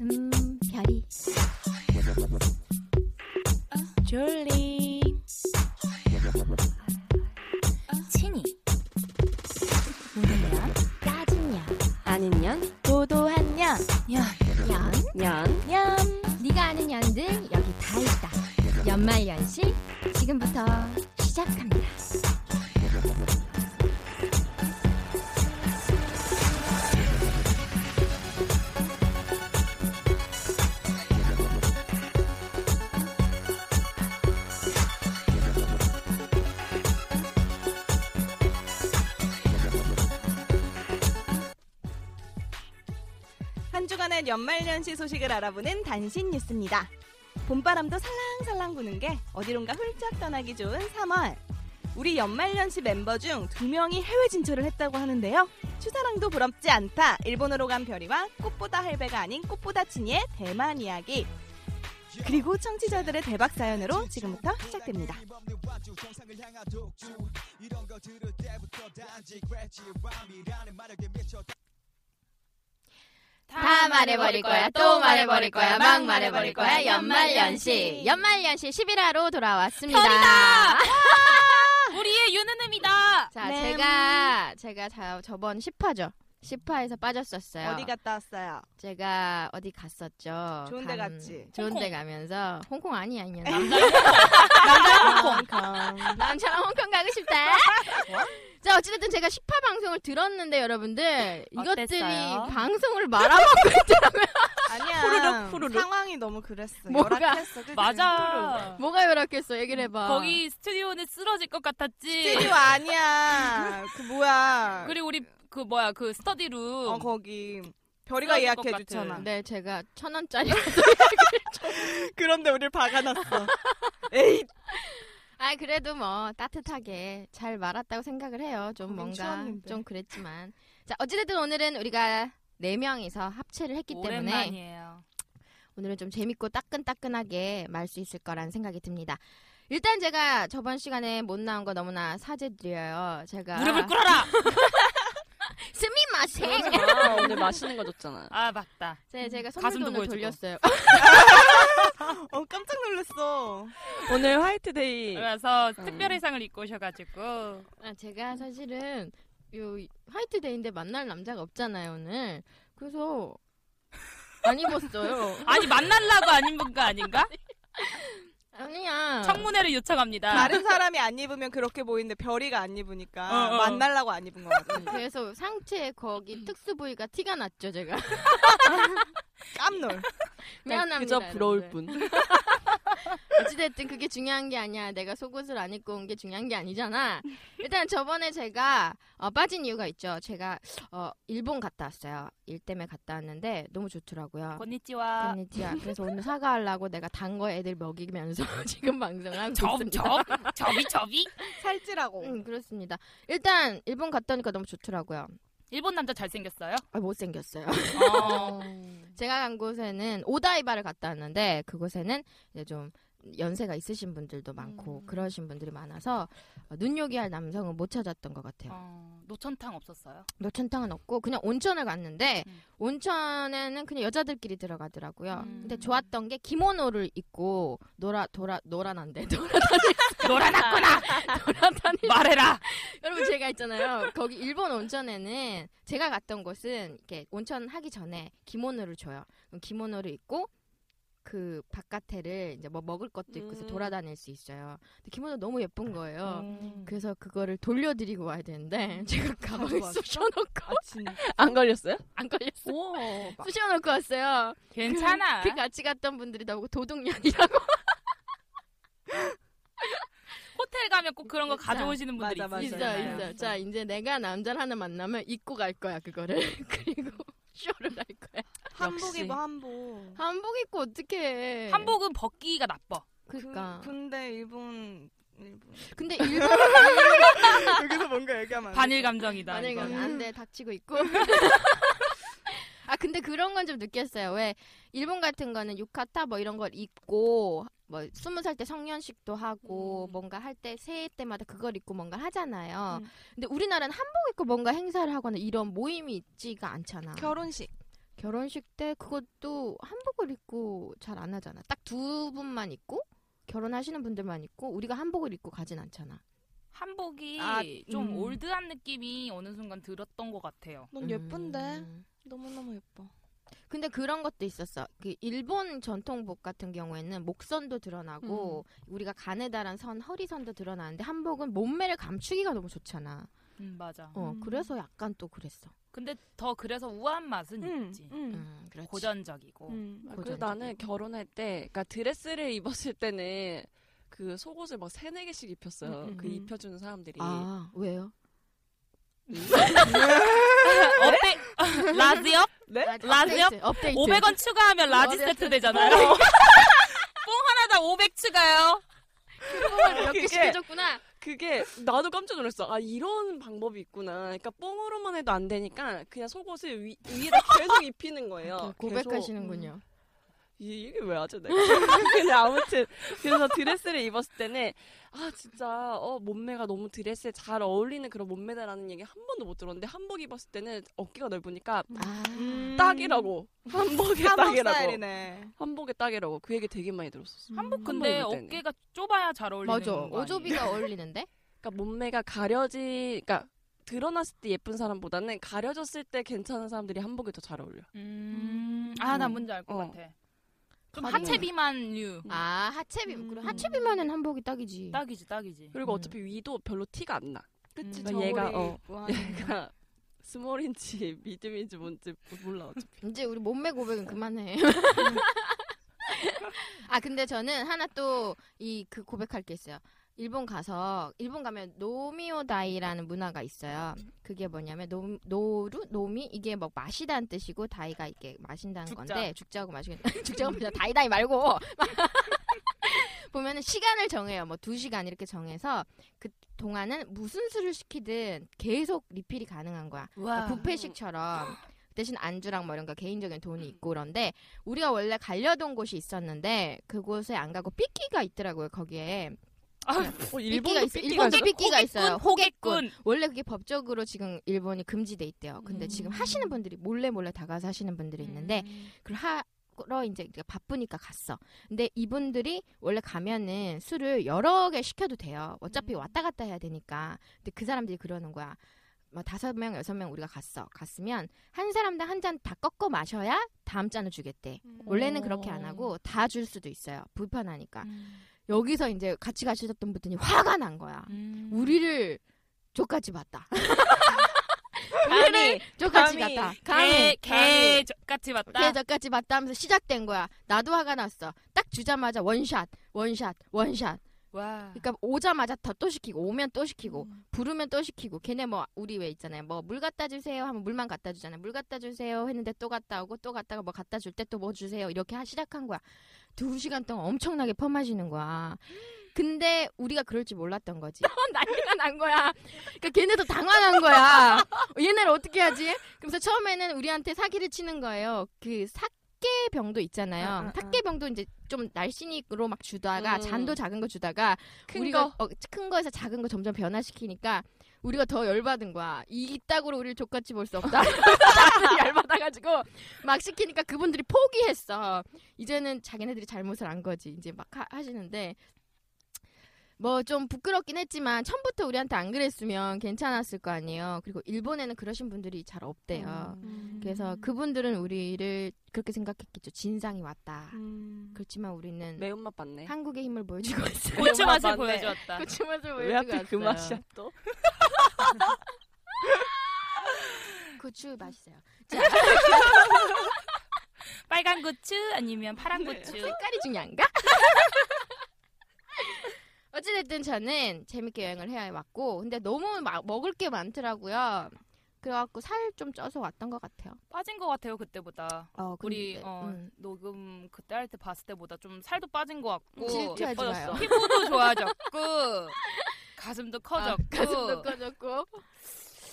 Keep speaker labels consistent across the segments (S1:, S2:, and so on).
S1: 음 별이 졸리 친이
S2: 뭐야?
S1: 따진 년 아는 년 도도한 년연연
S3: 연 네가 아는 연들 여기 다 있다 연말연시 지금부터 시작합니다
S4: 한 주간의 연말연시 소식을 알아보는 단신 뉴스입니다. 봄바람도 살랑살랑 부는 게 어디론가 훌쩍 떠나기 좋은 3월. 우리 연말연시 멤버 중 두 명이 해외 진출을 했다고 하는데요. 추사랑도 부럽지 않다. 일본으로 간 별이와 꽃보다 할배가 아닌 꽃보다 친이의 대만 이야기. 그리고 청취자들의 대박 사연으로 지금부터 시작됩니다.
S3: 다 말해버릴 거야 또 말해버릴 거야 막 말해버릴 거야 연말연시 연말연시 11화로 돌아왔습니다
S5: 우리의 윤은음이다.
S3: 자
S4: 네.
S3: 제가 제가 자, 저번 10화죠 10화에서 빠졌었어요
S4: 어디 갔다 왔어요?
S3: 제가 어디 갔었죠
S4: 좋은 데 갔지.
S3: 좋은 데
S5: 홍콩.
S3: 가면서 홍콩 아니야 이 년.
S4: 홍콩.
S3: 남처럼 홍콩 가고 싶다. 자 어찌됐든 제가 10화 방송을 들었는데 여러분들 이것들이
S5: 어땠어요?
S3: 방송을 말아먹고 있더라고요.
S4: 아니야.
S5: 후루룩, 후루룩.
S4: 상황이 너무 그랬어.
S3: 뭐가?
S4: 열악했어, 그치?
S5: 맞아.
S3: 뭐가 열악했어 얘기를 해봐.
S5: 거기 스튜디오는 쓰러질 것 같았지.
S4: 스튜디오 아니야. 그 뭐야.
S5: 그리고 우리 그 뭐야 그 스터디룸.
S4: 어 거기 별이가
S5: 쓰러질 것
S4: 예약해
S5: 같은.
S4: 주잖아.
S3: 네 제가 천 원짜리.
S4: 그런데 우리를 박아놨어. 에이.
S3: 아 그래도 뭐 따뜻하게 잘 말았다고 생각을 해요. 좀
S4: 거긴
S3: 뭔가
S4: 추웠는데.
S3: 좀 그랬지만. 자 어찌됐든 오늘은 우리가 네 명이서 합체를 했기 때문에
S5: 오랜만이에요.
S3: 오늘은 좀 재밌고 따끈따끈하게 말 수 있을 거란 생각이 듭니다. 일단 제가 저번 시간에 못 나온 거 너무나 사죄드려요. 제가
S5: 무릎을 꿇어라.
S3: 스미마셍.
S6: 아, 오늘 맛있는 거 줬잖아.
S5: 아 맞다.
S3: 네, 제가
S5: 가슴도
S3: 선물도 오늘
S5: 보여주고.
S3: 돌렸어요.
S4: 어 깜짝 놀랐어.
S6: 오늘 화이트데이.
S5: 그래서 특별의상을 입고 오셔가지고
S3: 아, 제가 사실은 요 화이트데이인데 만날 남자가 없잖아요 오늘. 그래서 안 입었어요.
S5: 아니 만날라고 아닌 건가 아닌가?
S3: 아니야.
S5: 청문회를 요청합니다.
S4: 다른 사람이 안 입으면 그렇게 보이는데 별이가 안 입으니까
S5: 어, 어.
S4: 만나려고 안 입은 거 같아.
S3: 그래서 상체 거기 특수 부위가 티가 났죠 제가.
S4: 깜놀.
S3: 미안합니다.
S6: 그저 부러울
S3: 여러분들.
S6: 뿐.
S3: 어찌됐든 그게 중요한 게 아니야. 내가 속옷을 안 입고 온 게 중요한 게 아니잖아. 일단 저번에 제가 어, 빠진 이유가 있죠. 제가 어, 일본 갔다 왔어요. 일 때문에 갔다 왔는데 너무 좋더라고요.
S5: 어, 건니찌와
S3: 언니지야. 그래서 오늘 사과하려고 내가 단 거 애들 먹이면서 지금 방송하고 있습니다.
S5: 접접 접이 접이.
S4: 살찌라고.
S3: 응, 그렇습니다. 일단 일본 갔다 오니까 너무 좋더라고요.
S5: 일본 남자 잘생겼어요?
S3: 아, 못생겼어요.
S5: 어.
S3: 제가 간 곳에는 오다이바를 갔다 왔는데 그곳에는 이제 좀 연세가 있으신 분들도 많고
S5: 음.
S3: 그러신 분들이 많아서 어, 눈요기할 남성은 못 찾았던 것 같아요.
S5: 어, 노천탕 없었어요?
S3: 노천탕은 없고 그냥 온천을 갔는데
S5: 음.
S3: 온천에는 그냥 여자들끼리 들어가더라고요.
S5: 음.
S3: 근데 좋았던 게 기모노를 입고 놀아 돌아 놀아난데
S5: 놀아났구나. 말해라.
S3: 여러분 제가 있잖아요. 거기 일본 온천에는 제가 갔던 곳은 이렇게 온천 하기 전에 기모노를 줘요. 그럼 기모노를 입고 그 바깥에를 이제 뭐 먹을 것도 있고 해서
S6: 음.
S3: 돌아다닐 수 있어요. 근데 김원호 너무 예쁜
S4: 어.
S3: 거예요.
S5: 음.
S3: 그래서 그거를 돌려드리고 와야 되는데 제가 가방에
S4: 음. 가지고 왔어?
S3: 쑤셔놓고
S4: 아, 진짜.
S6: 안 걸렸어요?
S3: 안 걸렸어요.
S6: 오.
S3: 쑤셔놓고 왔어요.
S5: 괜찮아.
S3: 그 같이 갔던 분들이 나보고 도둑년이라고.
S5: 호텔 가면 꼭 그런 거
S4: 진짜.
S5: 가져오시는 분들이
S4: 맞아, 맞아.
S3: 있어
S5: 있어요.
S4: 맞아요.
S3: 있어. 자 이제 내가 남자를 하나 만나면 입고 갈 거야 그거를. 그리고 쇼를 할 거야.
S4: 한복
S6: 역시.
S4: 입어 한복.
S3: 한복 입고 어떻게?
S5: 한복은 벗기가 나빠.
S3: 그러니까.
S4: 그- 근데 일본 일본.
S3: 근데 일본
S4: 여기서 뭔가 얘기하면 안 돼.
S5: 반일 감정이다.
S3: 만약에
S5: 이건.
S3: 안돼 닥치고 있고. 아 근데 그런 건 좀 느꼈어요. 왜 일본 같은 거는 유카타 뭐 이런 걸 입고 뭐 스무 살 때 성년식도 하고
S6: 음.
S3: 뭔가 할 때 새해 때마다 그걸 입고 뭔가 하잖아요.
S4: 음.
S3: 근데 우리나라는 한복 입고 뭔가 행사를 하거나 이런 모임이 있지가 않잖아.
S4: 결혼식.
S3: 결혼식 때 그것도 한복을 입고 잘 안 하잖아. 딱 두 분만 입고 결혼하시는 분들만 입고 우리가 한복을 입고 가진 않잖아.
S5: 한복이
S4: 아,
S5: 좀
S4: 음.
S5: 올드한 느낌이 어느 순간 들었던 것 같아요.
S4: 넌 예쁜데
S3: 음.
S4: 너무 너무 예뻐.
S6: 어,
S3: 근데 그런 것도 있었어. 그 일본 전통복 같은 경우에는 목선도 드러나고 우리가 가느다란 선, 허리선도 드러나는데 한복은 몸매를 감추기가 너무 좋잖아.
S5: 음, 맞아.
S3: 어,
S4: 음.
S3: 그래서 약간 또 그랬어.
S5: 근데 더 그래서 우아한 맛은 있지.
S3: 음, 그렇지.
S5: 고전적이고.
S4: 음.
S6: 아,
S3: 고전적이고.
S6: 그리고 나는 결혼할 때, 그러니까 드레스를 입었을 때는 그 속옷을 막 세네 개씩 입혔어요.
S5: 음, 음,
S6: 그
S4: 음.
S6: 입혀주는 사람들이.
S3: 아, 왜요?
S5: 어, 어때? 라지업?
S4: 네?
S3: 아,
S5: 라지업?
S3: 업데이트, 업데이트.
S5: 500원 추가하면 라지
S3: 라지
S5: 세트 되잖아요. 뽕 하나당 500 추가요.
S3: 이렇게
S6: 그게,
S3: 시켜줬구나.
S6: 그게 나도 깜짝 놀랐어. 아, 이런 방법이 있구나. 그러니까 뽕으로만 해도 안 되니까 그냥 속옷을 위, 위에다 계속 입히는 거예요. 계속.
S3: 어, 아, 고백하시는군요.
S6: 이 얘기 왜 하죠 내가? 근데 아무튼 그래서 드레스를 입었을 때는 아 진짜 어 몸매가 너무 드레스에 잘 어울리는 그런 몸매다라는 얘기 한 번도 못 들었는데 한복 입었을 때는 어깨가 넓으니까
S3: 아,
S4: 음.
S6: 딱이라고 한복에
S4: 한복
S6: 딱이라고
S4: 스타일이네.
S6: 한복에 딱이라고 그 얘기 되게 많이 들었었어.
S5: 한복 근데
S6: 한복 입을 때는.
S5: 어깨가 좁아야 잘 어울리는
S3: 맞아.
S5: 거 아니에요?
S3: 오조비가 어울리는데?
S6: 그러니까 몸매가 가려지 그러니까 드러났을 때 예쁜 사람보다는 가려졌을 때 괜찮은 사람들이 한복이 더 잘 어울려.
S5: 음. 아, 나
S6: 음.
S5: 뭔지 알 것
S6: 어.
S5: 같아. 좀
S3: 다리는-
S5: 하체 비만류.
S3: 아, 하체비.
S4: 음.
S3: 그럼 하체비만은 한복이 딱이지.
S5: 딱이지, 딱이지.
S6: 그리고
S3: 음.
S6: 어차피 위도 별로 티가 안 나.
S4: 그치
S3: 음.
S4: 저울이
S6: 얘가, 어.
S4: 입고 하는 거.
S6: 그러니까 스몰인지 미디움인지 뭔지 몰라 어차피.
S3: 이제 우리 몸매 고백은 그만해. 아 근데 저는 하나 또 이 그 고백할 게 있어요. 일본 가서 일본 가면 노미오다이라는 문화가 있어요. 그게 뭐냐면 노, 노루 노미 이게 뭐 마시다는 뜻이고 다이가 이게 마신다는
S5: 죽자.
S3: 건데 죽자고 마시고 죽자고 마시다 다이다이 말고 보면은 시간을 정해요. 뭐 두 시간 이렇게 정해서 그 동안은 무슨 술을 시키든 계속 리필이 가능한 거야.
S5: 와.
S3: 부페식처럼 그러니까 대신 안주랑 뭐 이런 거 개인적인 돈이 있고 그런데 우리가 원래 가려던 곳이 있었는데 그곳에 안 가고 삐끼가 있더라고요 거기에
S6: 어,
S3: 삐끼가
S6: 일본도
S3: 있어
S6: 삐끼가
S3: 일본도
S6: 있어?
S3: 삐끼가 있어요 호객꾼
S5: 호객꾼.
S3: 원래 그게 법적으로 지금 일본이 금지돼 있대요 근데
S5: 음.
S3: 지금 하시는 분들이 몰래 몰래 다가서 하시는 분들이 있는데 그걸 하러 이제 내가 바쁘니까 갔어 근데 이분들이 원래 가면은 술을 여러 개 시켜도 돼요
S6: 음.
S3: 어차피 왔다 갔다 해야 되니까 근데 그 사람들이 그러는 거야 막 다섯 명 여섯 명 우리가 갔어 갔으면 한 사람당 한 잔 다 꺾어 마셔야 다음 잔을 주겠대 원래는 그렇게 안
S6: 음.
S3: 하고 다 줄 수도 있어요 불편하니까 여기서 이제 같이 가셨던 분들이 화가 난 거야
S6: 음.
S5: 음.
S3: 우리를 저까지 봤다
S6: 아니
S3: 저까지
S6: 감히.
S3: 갔다
S5: 개,
S6: 감히.
S5: 개 같이 봤다.
S3: 걔 저까지 봤다 하면서 시작된 거야 나도 화가 났어 딱 주자마자 원샷 원샷 원샷
S5: 와.
S3: 그러니까 오자마자 더 또 시키고 오면 또 시키고 부르면 또 시키고 걔네 뭐 우리 왜 있잖아요 뭐 물 갖다 주세요 하면 물만 갖다 주잖아요 물 갖다 주세요 했는데 또 갔다 오고 또 갔다가 뭐 갖다 줄 때 또 뭐 주세요 이렇게 하- 시작한 거야 두 시간 동안 엄청나게 퍼마시는 거야 근데 우리가 그럴 줄 몰랐던 거지 난리가 난 거야 그러니까 걔네도 당황한 거야 얘네를 어떻게 하지 그래서 처음에는 우리한테 사기를 치는 거예요 그 사케병도
S4: 아,
S3: 있잖아요
S4: 아, 아.
S3: 사케병도 이제 좀 날씬이로 막 주다가
S6: 음.
S3: 잔도 작은 거 주다가
S6: 큰
S3: 우리가
S6: 거.
S3: 어, 큰 거에서 작은 거 점점 변화시키니까 우리가 더 열받은 거야. 이 이따구로 우리를 족같이 볼 수 없다. 열받아가지고 막 시키니까 그분들이 포기했어. 이제는 자기네들이 잘못을 안 거지. 이제 막 하, 시는데 뭐 좀 부끄럽긴 했지만 처음부터 우리한테 안 그랬으면 괜찮았을 거 아니에요. 그리고 일본에는 그러신 분들이 잘 없대요.
S6: 음.
S3: 그래서 그분들은 우리를 그렇게 생각했겠죠. 진상이 왔다. 그렇지만 우리는
S6: 매운맛 음. 봤네.
S3: 한국의 힘을 보여주고 있어요.
S5: 고추 맛을
S6: 맞네.
S5: 보여주었다.
S3: 고추 맛을 그 보여주고
S6: 왜 하필
S3: 왔어요.
S6: 그 맛이야 또?
S3: 고추 그 맛있어요.
S5: 빨간 고추 아니면 파란
S3: 그
S5: 고추.
S3: 색깔이 중요한가? 어찌됐든 저는 재밌게 여행을 해왔고 근데 너무 마- 먹을 게 많더라고요. 그래갖고 살 좀 쪄서 왔던 것 같아요.
S5: 빠진 것 같아요 그때보다.
S3: 어,
S5: 우리
S3: 근데,
S5: 어,
S3: 음.
S5: 녹음 그때 할 때 봤을 때보다 좀 살도 빠진 것 같고
S3: 음, 질투하지
S6: 예뻐졌어.
S3: 마요.
S5: 피부도 좋아졌고 가슴도 커졌고
S3: 아, 가슴도 꺼졌고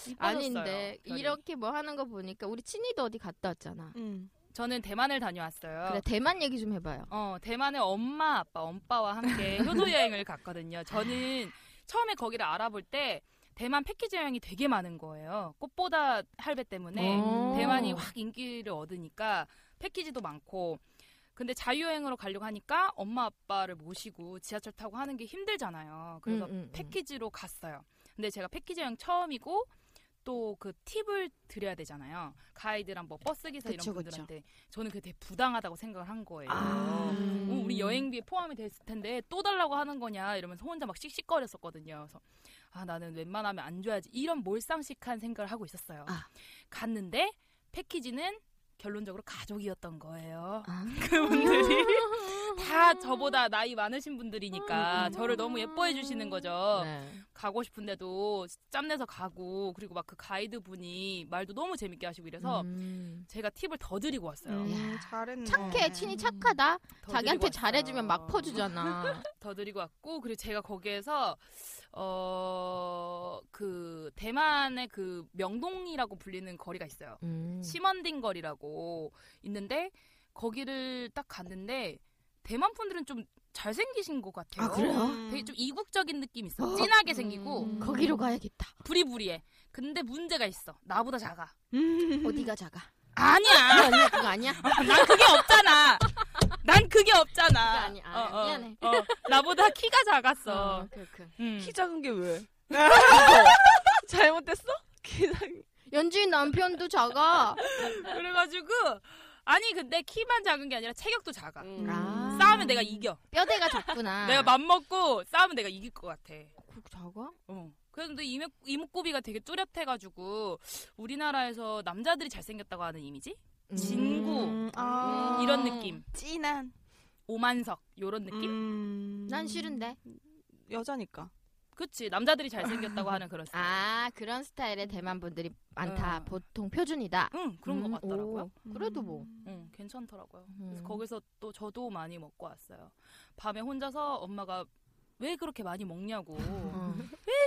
S5: 이뻐졌어요,
S3: 아닌데
S5: 별이.
S3: 이렇게 뭐 하는 거 보니까 우리 친이도 어디 갔다 왔잖아.
S4: 음.
S5: 저는 대만을 다녀왔어요.
S3: 그래 대만 얘기 좀 해봐요.
S5: 어, 대만의 엄마, 아빠, 엄빠와 함께 효도 여행을 갔거든요. 저는 처음에 거기를 알아볼 때 대만 패키지 여행이 되게 많은 거예요. 꽃보다 할배 때문에
S3: 오.
S5: 대만이 확 인기를 얻으니까 패키지도 많고 근데 자유여행으로 가려고 하니까 엄마 아빠를 모시고 지하철 타고 하는 게 힘들잖아요. 그래서
S3: 음, 음, 음.
S5: 패키지로 갔어요. 근데 제가 패키지 여행 처음이고 또 그 팁을 드려야 되잖아요. 가이드랑 뭐 버스
S3: 그쵸,
S5: 기사 이런
S3: 그쵸.
S5: 분들한테 저는 그게 되게 부당하다고 생각을 한 거예요.
S6: 아,
S5: 어,
S3: 음.
S5: 우리 여행비에 포함이 됐을 텐데 또 달라고 하는 거냐 이러면서 혼자 막 씩씩거렸었거든요. 그래서 아 나는 웬만하면 안 줘야지 이런 몰상식한 생각을 하고 있었어요.
S3: 아.
S5: 갔는데 패키지는 결론적으로 가족이었던 거예요.
S3: 아.
S5: 그분들이 다 저보다 나이 많으신 분들이니까 저를 너무 예뻐해 주시는 거죠.
S3: 네.
S5: 가고 싶은데도 짬내서 가고 그리고 막 그 가이드 분이 말도 너무 재밌게 하시고 이래서
S3: 음.
S5: 제가 팁을 더 드리고 왔어요.
S3: 야,
S4: 음. 잘했네.
S3: 착해 친이 착하다.
S5: 더 드리고
S3: 자기한테
S5: 왔어요.
S3: 잘해주면 막 퍼주잖아.
S5: 더 드리고 왔고 그리고 제가 거기에서 어, 어그 대만의 그 명동이라고 불리는 거리가 있어요.
S3: 음.
S5: 심원딩 거리라고 있는데 거기를 딱 갔는데 대만 분들은 좀 잘생기신 것 같아요.
S3: 아, 그래요?
S4: 음.
S5: 되게 좀 이국적인 느낌이 있어. 요 진하게 생기고
S3: 음. 거기로 가야겠다.
S5: 부리부리해. 근데 문제가 있어. 나보다 작아.
S4: 음.
S3: 어디가 작아?
S5: 아니야.
S3: 아니야 그거 아니야.
S5: 난 그게 없잖아. 난 그게
S3: 그거
S5: 없잖아.
S3: 아니야. 아, 미안해.
S5: 어, 나보다 키가 작았어.
S3: 어, 그렇군.
S5: 음.
S6: 키 작은 게 왜? 잘못됐어? 키 작은
S3: 연주인 남편도 작아.
S5: 그래가지고 아니 근데 키만 작은 게 아니라 체격도 작아.
S6: 음.
S3: 아.
S5: 싸우면 내가 이겨.
S3: 뼈대가 작구나.
S5: 내가 맘 먹고 싸우면 내가 이길 것 같아.
S3: 그 작아?
S5: 어. 그런데 이목, 이목구비가 되게 뚜렷해가지고 우리나라에서 남자들이 잘생겼다고 하는 이미지? 진구
S3: 음.
S5: 이런 느낌.
S4: 아. 진한
S5: 오만석 요런 느낌?
S4: 음.
S3: 난 싫은데.
S4: 여자니까.
S5: 그치 남자들이 잘생겼다고 하는 그런 스타일.
S3: 아 그런 스타일의 대만 분들이 많다.
S5: 어.
S3: 보통 표준이다.
S5: 응 그런
S3: 음,
S5: 것 같더라고요.
S3: 오, 그래도 뭐.
S5: 응, 괜찮더라고요.
S3: 음.
S5: 그래서 거기서 또 저도 많이 먹고 왔어요. 밤에 혼자서 엄마가 왜 그렇게 많이 먹냐고
S3: 어.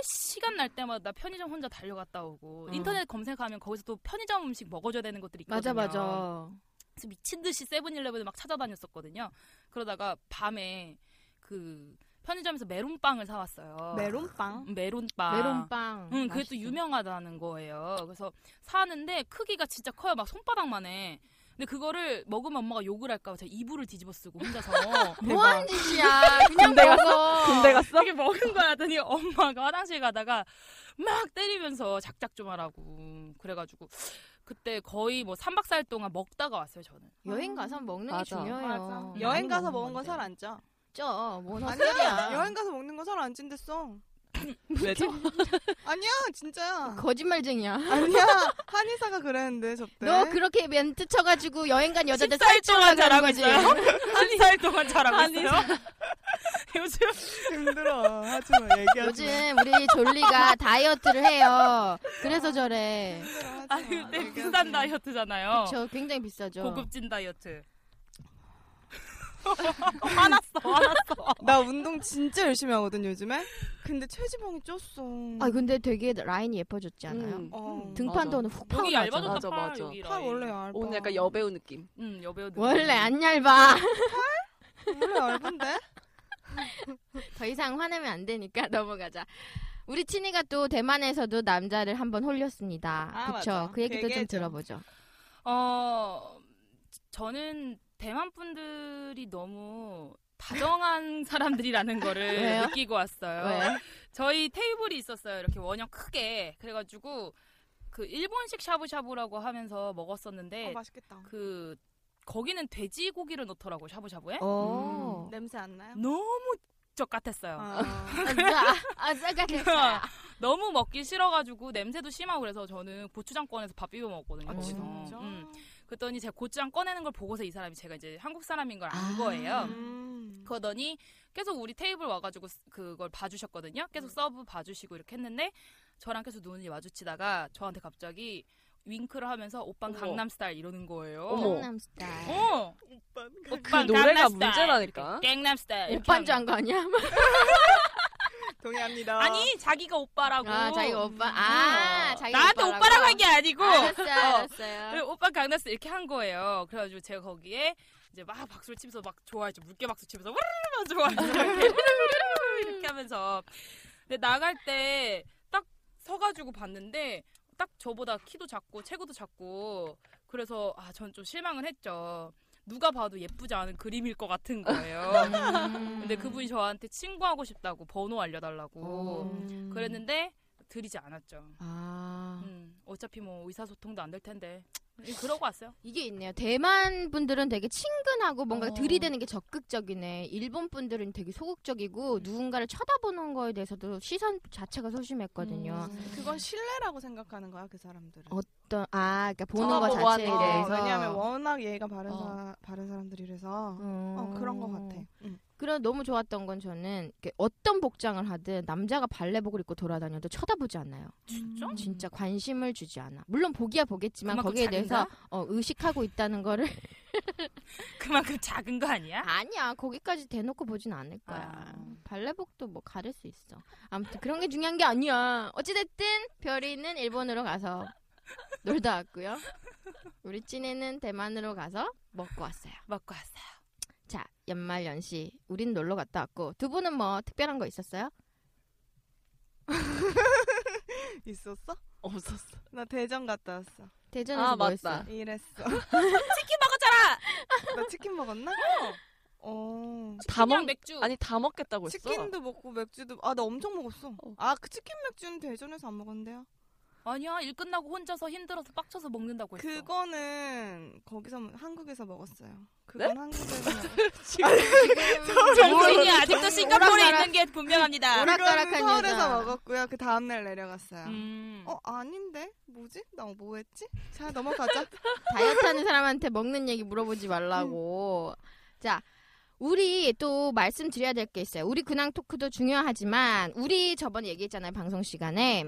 S5: 시간 날 때마다 편의점 혼자 달려갔다 오고
S3: 어.
S5: 인터넷 검색하면 거기서 또 편의점 음식 먹어줘야 되는 것들이
S3: 맞아
S5: 있거든요.
S3: 맞아.
S5: 그래서 미친 듯이 세븐일레븐을 막 찾아다녔었거든요. 그러다가 밤에 그 편의점에서 메론빵을 사왔어요. 음,
S4: 메론빵.
S5: 메론빵.
S3: 메론빵.
S5: 응, 아. 음, 그게 또
S3: 맛있어.
S5: 유명하다는 거예요. 그래서 사는데 크기가 진짜 커요. 막 손바닥만해. 근데 그거를 먹으면 엄마가 욕을 할까봐 제가 이불을 뒤집어 쓰고 혼자서
S4: 음.
S3: 뭐 하는 짓이야? 그냥
S6: 군대
S3: 먹어.
S6: 군대 갔어?
S5: 이게 먹은 거야 하더니 엄마가 화장실 가다가 막 때리면서 작작 좀 하라고 그래가지고 그때 거의 뭐 3박 4일 동안 먹다가 왔어요 저는
S3: 여행 가서 먹는 게
S6: 맞아.
S3: 중요해요.
S5: 맞아.
S3: 많이
S4: 여행 가서
S3: 어. 먹는
S4: 먹은 건
S3: 건데.
S4: 살 안 쪄.
S3: 쪄. 뭐나
S4: 아니야. 여행 가서 먹는 건 살 안 찐댔어.
S6: 왜죠?
S4: 아니야, 진짜야.
S3: 거짓말쟁이야.
S4: 아니야. 한의사가 그랬는데 저때.
S3: 너 그렇게 멘트 쳐가지고 여행
S5: 아,
S3: 간 여자들
S5: 14일 동안
S3: 찔러가는
S5: 잘하고
S3: 거지.
S5: 있어요 14일 동안 잘하고 있어요 요즘
S4: 힘들어. 하지 마. 얘기하지
S3: 요즘
S4: 마.
S3: 우리 졸리가 다이어트를 해요. 그래서 저래.
S4: 힘들어. 하지 마.
S5: 아 그때
S4: 얘기하지
S5: 비싼
S4: 마.
S5: 다이어트잖아요
S3: 저 굉장히 비싸죠.
S5: 고급진 다이어트 화났어 화났어
S4: 나 운동 진짜 열심히 하거든 요즘에. 근데 체지방이 쪘어.
S3: 아 근데 되게 라인이 예뻐졌지 않아요?
S6: 음.
S4: 어.
S3: 등판도
S6: 맞아.
S3: 오늘 훅 파고
S5: 여기
S3: 나죠.
S5: 얇아졌다
S6: 맞아,
S5: 팔
S6: 맞아.
S5: 여기
S4: 팔 원래 얇아.
S6: 오늘 약간 여배우 느낌.
S5: 응 여배우
S3: 원래 안 얇아.
S4: 원래 얇은데?
S3: 더 이상 화내면 안 되니까 넘어가자. 우리 친이가 또 대만에서도 남자를 한번 홀렸습니다.
S4: 아,
S3: 그쵸?
S4: 맞아.
S3: 그 얘기도 좀
S4: 얘기해줘.
S3: 들어보죠.
S5: 어 저는 대만 분들이 너무 다정한 사람들이라는 거를
S3: 왜요?
S5: 느끼고 왔어요.
S3: 왜?
S5: 저희 테이블이 있었어요. 이렇게 원형 크게. 그래가지고 그 일본식 샤브샤브라고 하면서 먹었었는데
S4: 어, 맛있겠다.
S5: 그 거기는 돼지고기를 넣더라고 샤브샤브에.
S3: 어. 오.
S4: 음. 냄새 안 나요?
S5: 음. 너무 쩍 같았어요.
S4: 아,
S3: 아, 진짜, 아, 아, 짜 됐어요.
S5: 너무 먹기 싫어가지고 냄새도 심하고 그래서 저는 고추장 꺼내서 밥 비벼 먹었거든요.
S3: 아,
S5: 거기서.
S4: 진짜?
S5: 음. 그랬더니 제가 고추장 꺼내는 걸 보고서 이 사람이 제가 이제 한국 사람인 걸 안
S3: 아.
S5: 거예요.
S4: 음.
S5: 그러더니 계속 우리 테이블 와가지고 스- 그걸 봐주셨거든요. 계속 서브 봐주시고 이렇게 했는데 저랑 계속 눈이 마주치다가 저한테 갑자기 윙크를 하면서 오빠
S6: 어머.
S5: 강남 스타일 이러는 거예요.
S6: 어머.
S3: 강남 스타일.
S5: 어.
S6: 그
S5: 오빠
S6: 노래가 문제라니까.
S5: 강남 스타일.
S3: 오빠인 줄안 거 아니야?
S4: 동의합니다.
S5: 아니 자기가 오빠라고.
S3: 아, 자기가 오빠. 아,
S5: 어.
S3: 자기가
S5: 나한테
S3: 오빠라고,
S5: 오빠라고 한 게 아니고.
S3: 알았어요,
S5: 어.
S3: 알았어요.
S5: 그리고 오빠 강남스 이렇게 한 거예요. 그래가지고 제가 거기에 이제 막 박수를 치면서 막 좋아했죠. 물개 박수 치면서 와르르 좋아했죠. 이렇게 하면서. 근데 나갈 때 딱 서가지고 봤는데 딱 저보다 키도 작고 체구도 작고 그래서 아 전 좀 실망을 했죠. 누가 봐도 예쁘지 않은 그림일 것 같은 거예요. 어.
S3: 음.
S5: 근데 그분이 저한테 친구하고 싶다고 번호 알려달라고 그랬는데 드리지 않았죠.
S3: 아.
S5: 음, 어차피 뭐 의사소통도 안 될 텐데 음, 그러고 왔어요.
S3: 이게 있네요. 대만 분들은 되게 친근하고 뭔가
S5: 어.
S3: 들이대는 게 적극적이네. 일본 분들은 되게 소극적이고 누군가를 쳐다보는 거에 대해서도 시선 자체가 소심했거든요.
S6: 음.
S4: 그건 신뢰라고 생각하는 거야 그 사람들은. 어,
S3: 어, 어떤- 아, 그러니까 보는 거
S6: 쳐다보고
S3: 자체에
S6: 하는 거.
S3: 대해서.
S4: 왜냐하면 워낙 예의가 바른
S3: 어.
S4: 사 바른 사람들이라서
S3: 음.
S4: 어, 그런 거 같아. 응.
S3: 그런 너무 좋았던 건 저는 이렇게 어떤 복장을 하든 남자가 발레복을 입고 돌아다녀도 쳐다보지 않아요.
S5: 진짜?
S3: 진짜 관심을 주지 않아. 물론 보기야 보겠지만
S5: 그만큼
S3: 거기에 대해서
S5: 작은가?
S3: 어, 의식하고 있다는 거를
S5: 그만큼 작은 거 아니야?
S3: 아니야 거기까지 대놓고 보진 않을 거야
S5: 아.
S3: 발레복도 뭐 가릴 수 있어 아무튼 그런 게 중요한 게 아니야 어찌됐든 별이는 일본으로 가서 놀다 왔고요 우리 찐이는 대만으로 가서 먹고 왔어요
S5: 먹고 왔어요.
S3: 자 연말 연시 우린 놀러 갔다 왔고 두 분은 뭐 특별한 거 있었어요?
S4: 있었어?
S6: 없었어.
S4: 나 대전 갔다 왔어.
S3: 대전에서
S6: 아,
S3: 뭐
S6: 맞다.
S3: 했어?
S4: 이랬어. 치킨 먹었잖아. 나 치킨 먹었나? 어.
S6: 다 먹,
S5: 맥주.
S6: 아니, 다 먹겠다고 뭐 했어.
S4: 치킨도 먹고 맥주도 아 나 엄청 먹었어. 아 그 치킨 맥주는 대전에서 안 먹었는데요.
S5: 아니야 일 끝나고 혼자서 힘들어서 빡쳐서 먹는다고 뭐 했어.
S4: 그거는 거기서 한국에서 먹었어요. 그건 한국에서 먹었어.
S5: 정신이 아직도 싱가포르에
S3: 오락가락.
S5: 있는 음. 게 분명합니다.
S3: 오락가락한
S4: 그건 서울에서
S3: 여자.
S4: 먹었고요. 그 다음 날 내려갔어요.
S5: 음.
S4: 어 아닌데 뭐지? 나 뭐 했지? 자 넘어가자.
S3: 다이어트하는 사람한테 먹는 얘기 물어보지 말라고. 자, 우리 또 말씀드려야 될 게 있어요. 우리 근황 토크도 중요하지만 우리 저번에 얘기했잖아요 방송 시간에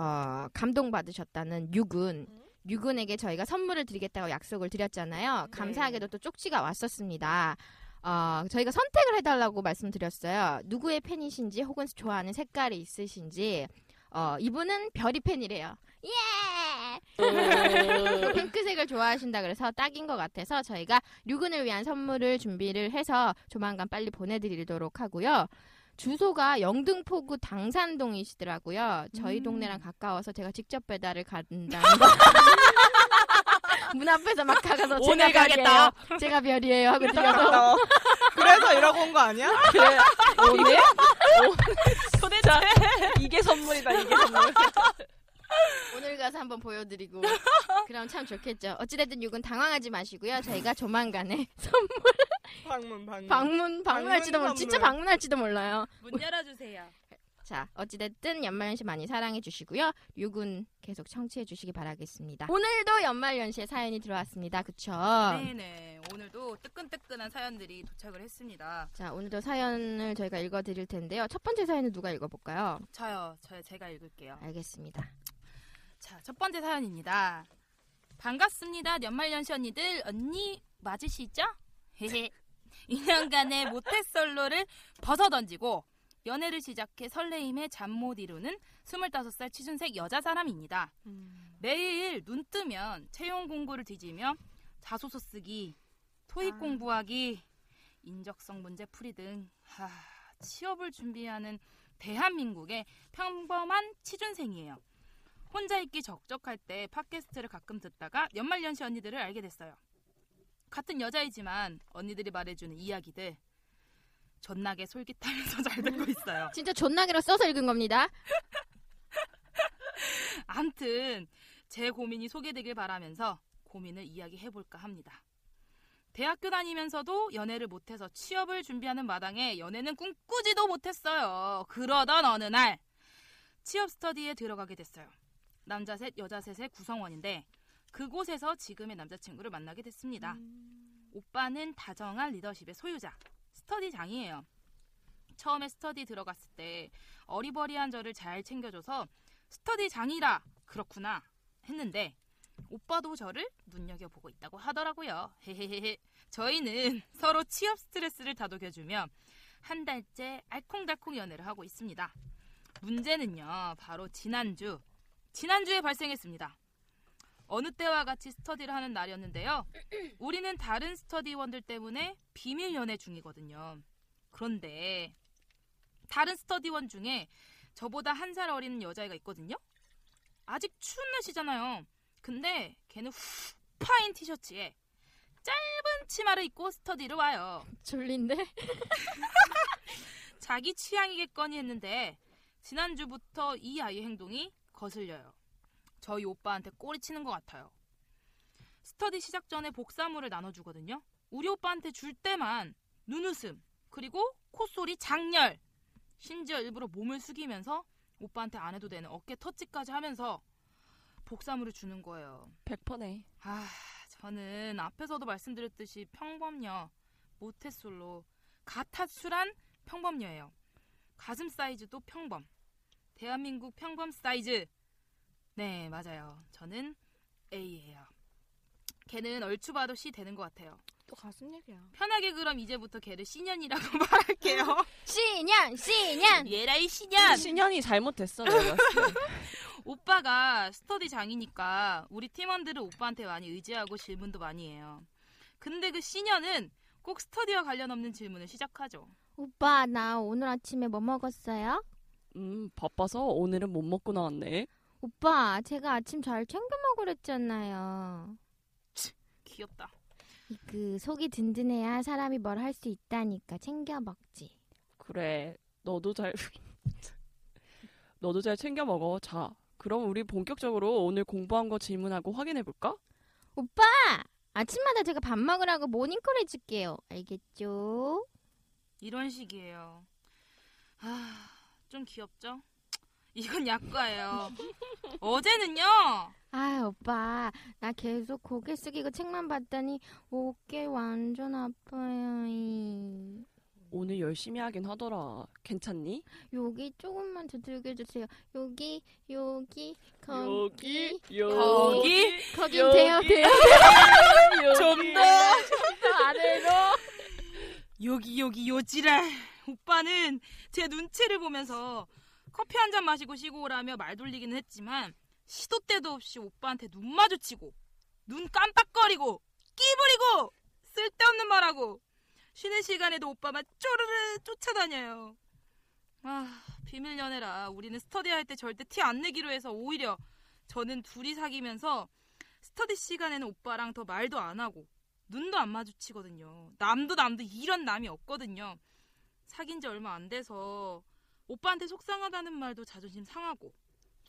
S3: 어, 감동 받으셨다는 유군. 유군에게 저희가 선물을 드리겠다고 약속을 드렸잖아요. 감사하게도 또 쪽지가 왔었습니다. 어, 저희가 선택을 해달라고 말씀드렸어요. 누구의 팬이신지 혹은 좋아하는 색깔이 있으신지. 어, 이분은 별이 팬이래요. 예!
S6: 네.
S3: 핑크색을 좋아하신다 그래서 딱인 것 같아서 저희가 류근을 위한 선물을 준비를 해서 조만간 빨리 보내드리도록 하고요. 주소가 영등포구 당산동이시더라고요. 저희 동네랑 가까워서 제가 직접 배달을 간다는 거. 문 앞에서 막 가가서
S5: 오늘
S3: 제가
S5: 가겠다.
S3: 별이에요. 제가 별이에요 하고 들려서
S4: 그래서 이러고 온 거 아니야?
S6: 그래. 오늘?
S5: 도대체
S6: 이게 선물이다, 이게 선물.
S3: 오늘 가서 한번 보여드리고 그럼 참 좋겠죠. 어찌됐든 육은 당황하지 마시고요. 저희가 조만간에 선물
S4: 방문 방문.
S3: 방문 방문할지도 몰라
S4: 방문
S3: 진짜
S4: 선물.
S3: 방문할지도 몰라요.
S5: 문 열어주세요.
S3: 자, 어찌됐든 연말연시 많이 사랑해 주시고요. 유군 계속 청취해 주시기 바라겠습니다. 오늘도 연말연시에 사연이 들어왔습니다. 그쵸?
S5: 네네 오늘도 뜨끈뜨끈한 사연들이 도착을 했습니다.
S3: 자, 오늘도 사연을 저희가 읽어드릴 텐데요. 첫 번째 사연은 누가 읽어볼까요?
S5: 저요, 저 제가 읽을게요.
S3: 알겠습니다.
S5: 자, 첫 번째 사연입니다. 반갑습니다. 연말연시 언니들. 언니 맞으시죠? 헤헤. 2년간의 모태솔로를 벗어던지고 연애를 시작해 설레임에 잠 못 이루는 25살 취준생 여자 사람입니다.
S4: 음.
S5: 매일 눈 뜨면 채용 공고를 뒤지며 자소서 쓰기, 토익 공부하기, 인적성 문제 풀이 등 하, 취업을 준비하는 대한민국의 평범한 취준생이에요. 혼자 있기 적적할 때 팟캐스트를 가끔 듣다가 연말연시 언니들을 알게 됐어요. 같은 여자이지만 언니들이 말해주는 이야기들 존나게 솔깃하면서 잘 듣고 있어요.
S3: 진짜 존나게로 써서 읽은 겁니다.
S5: 암튼 제 고민이 소개되길 바라면서 고민을 이야기해볼까 합니다. 대학교 다니면서도 연애를 못해서 취업을 준비하는 마당에 연애는 꿈꾸지도 못했어요. 그러던 어느 날 취업 스터디에 들어가게 됐어요. 남자 셋, 여자 셋의 구성원인데 그곳에서 지금의 남자친구를 만나게 됐습니다. 오빠는 다정한 리더십의 소유자, 스터디장이에요. 처음에 스터디 들어갔을 때 어리버리한 저를 잘 챙겨줘서 스터디 장이라 그렇구나 했는데 오빠도 저를 눈여겨보고 있다고 하더라고요. 헤헤헤. 저희는 서로 취업 스트레스를 다독여주며 한 달째 알콩달콩 연애를 하고 있습니다. 문제는요, 바로 지난주. 지난주에 발생했습니다. 어느 때와 같이 스터디를 하는 날이었는데요. 우리는 다른 스터디원들 때문에 비밀 연애 중이거든요. 그런데 다른 스터디원 중에 저보다 한 살 어린 여자애가 있거든요. 아직 추운 날씨잖아요. 근데 걔는 후 파인 티셔츠에 짧은 치마를 입고 스터디를 와요.
S3: 졸린데?
S5: 자기 취향이겠거니 했는데 지난주부터 이 아이 행동이 거슬려요. 저희 오빠한테 꼬리치는 것 같아요. 스터디 시작 전에 복사물을 나눠주거든요. 우리 오빠한테 줄 때만 눈웃음 그리고 콧소리 장렬 심지어 일부러 몸을 숙이면서 오빠한테 안 해도 되는 어깨 터치까지 하면서 복사물을 주는 거예요.
S6: 100%네.
S5: 아, 저는 앞에서도 말씀드렸듯이 평범녀, 모태솔로, 가타출한 평범녀예요. 가슴 사이즈도 평범. 대한민국 평범 사이즈. 네, 맞아요. 저는 A예요. 걔는 얼추 봐도 C 되는 것 같아요.
S1: 또 가슴 얘기야.
S5: 편하게 그럼 이제부터 걔를 신년이라고 말할게요.
S3: 신년, 신년.
S5: 얘라이 신년!
S6: 신현이 잘못했어. 내가 봤을 때.
S5: 오빠가 스터디 장이니까 우리 팀원들은 오빠한테 많이 의지하고 질문도 많이 해요. 근데 그 시녀는 꼭 스터디와 관련 없는 질문을 시작하죠.
S1: 오빠 나 오늘 아침에 뭐 먹었어요?
S6: 음 바빠서 오늘은 못 먹고 나왔네.
S1: 오빠 제가 아침 잘 챙겨 먹으랬잖아요.
S5: 귀엽다.
S1: 그 속이 든든해야 사람이 뭘 할 수 있다니까 챙겨 먹지.
S6: 그래 너도 잘 너도 잘 챙겨 먹어. 자 그럼 우리 본격적으로 오늘 공부한 거 질문하고 확인해 볼까?
S1: 오빠 아침마다 제가 밥 먹으라고 모닝콜 해줄게요. 알겠죠?
S5: 이런 식이에요. 아, 좀 귀엽죠? 이건 약과예요. 어제는요.
S1: 아 오빠 나 계속 고개 숙이고 책만 봤더니 어깨 완전 아파요. 이.
S6: 오늘 열심히 하긴 하더라. 괜찮니?
S1: 여기 조금만 두들겨 주세요. 여기 여기
S6: 여기
S1: 거기
S6: 음. 여기 음,
S5: 거기
S1: 거긴 돼요 돼요
S6: 좀더
S1: 그 아래로
S5: 여기 여기 요지랄. 오빠는 제 눈치를 보면서 커피 한 잔 마시고 쉬고 오라며 말 돌리기는 했지만 시도 때도 없이 오빠한테 눈 마주치고 눈 깜빡거리고 끼부리고 쓸데없는 말하고 쉬는 시간에도 오빠만 쪼르르 쫓아다녀요. 아 비밀 연애라 우리는 스터디 할 때 절대 티 안 내기로 해서 오히려 저는 둘이 사귀면서 스터디 시간에는 오빠랑 더 말도 안 하고 눈도 안 마주치거든요. 남도 남도 이런 남이 없거든요. 사귄 지 얼마 안 돼서 오빠한테 속상하다는 말도 자존심 상하고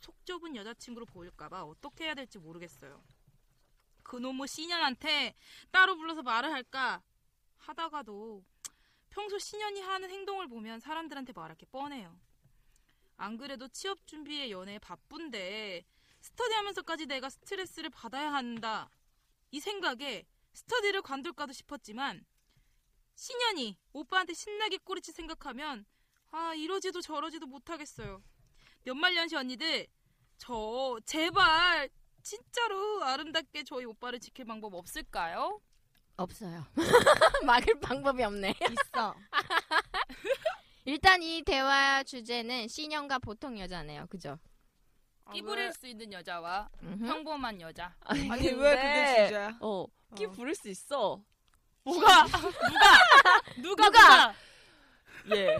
S5: 속 좁은 여자친구로 보일까봐 어떻게 해야 될지 모르겠어요. 그놈의 신현한테 따로 불러서 말을 할까 하다가도 평소 신현이 하는 행동을 보면 사람들한테 말할 게 뻔해요. 안 그래도 취업 준비에 연애에 바쁜데 스터디하면서까지 내가 스트레스를 받아야 한다 이 생각에 스터디를 관둘까도 싶었지만 신현이 오빠한테 신나게 꼬리치 생각하면 아 이러지도 저러지도 못하겠어요. 연말연시 언니들 저 제발 진짜로 아름답게 저희 오빠를 지킬 방법 없을까요?
S3: 없어요. 막을 방법이 없네.
S4: 있어.
S3: 일단 이 대화 주제는 신형과 보통 여자네요. 그죠?
S5: 끼부릴 수 있는 여자와
S3: 음흠.
S5: 평범한 여자.
S4: 아니 왜 그게 주제야?
S6: 어, 끼
S4: 어.
S6: 부를 수 있어.
S5: 뭐가 누가 누가 누가
S6: 예.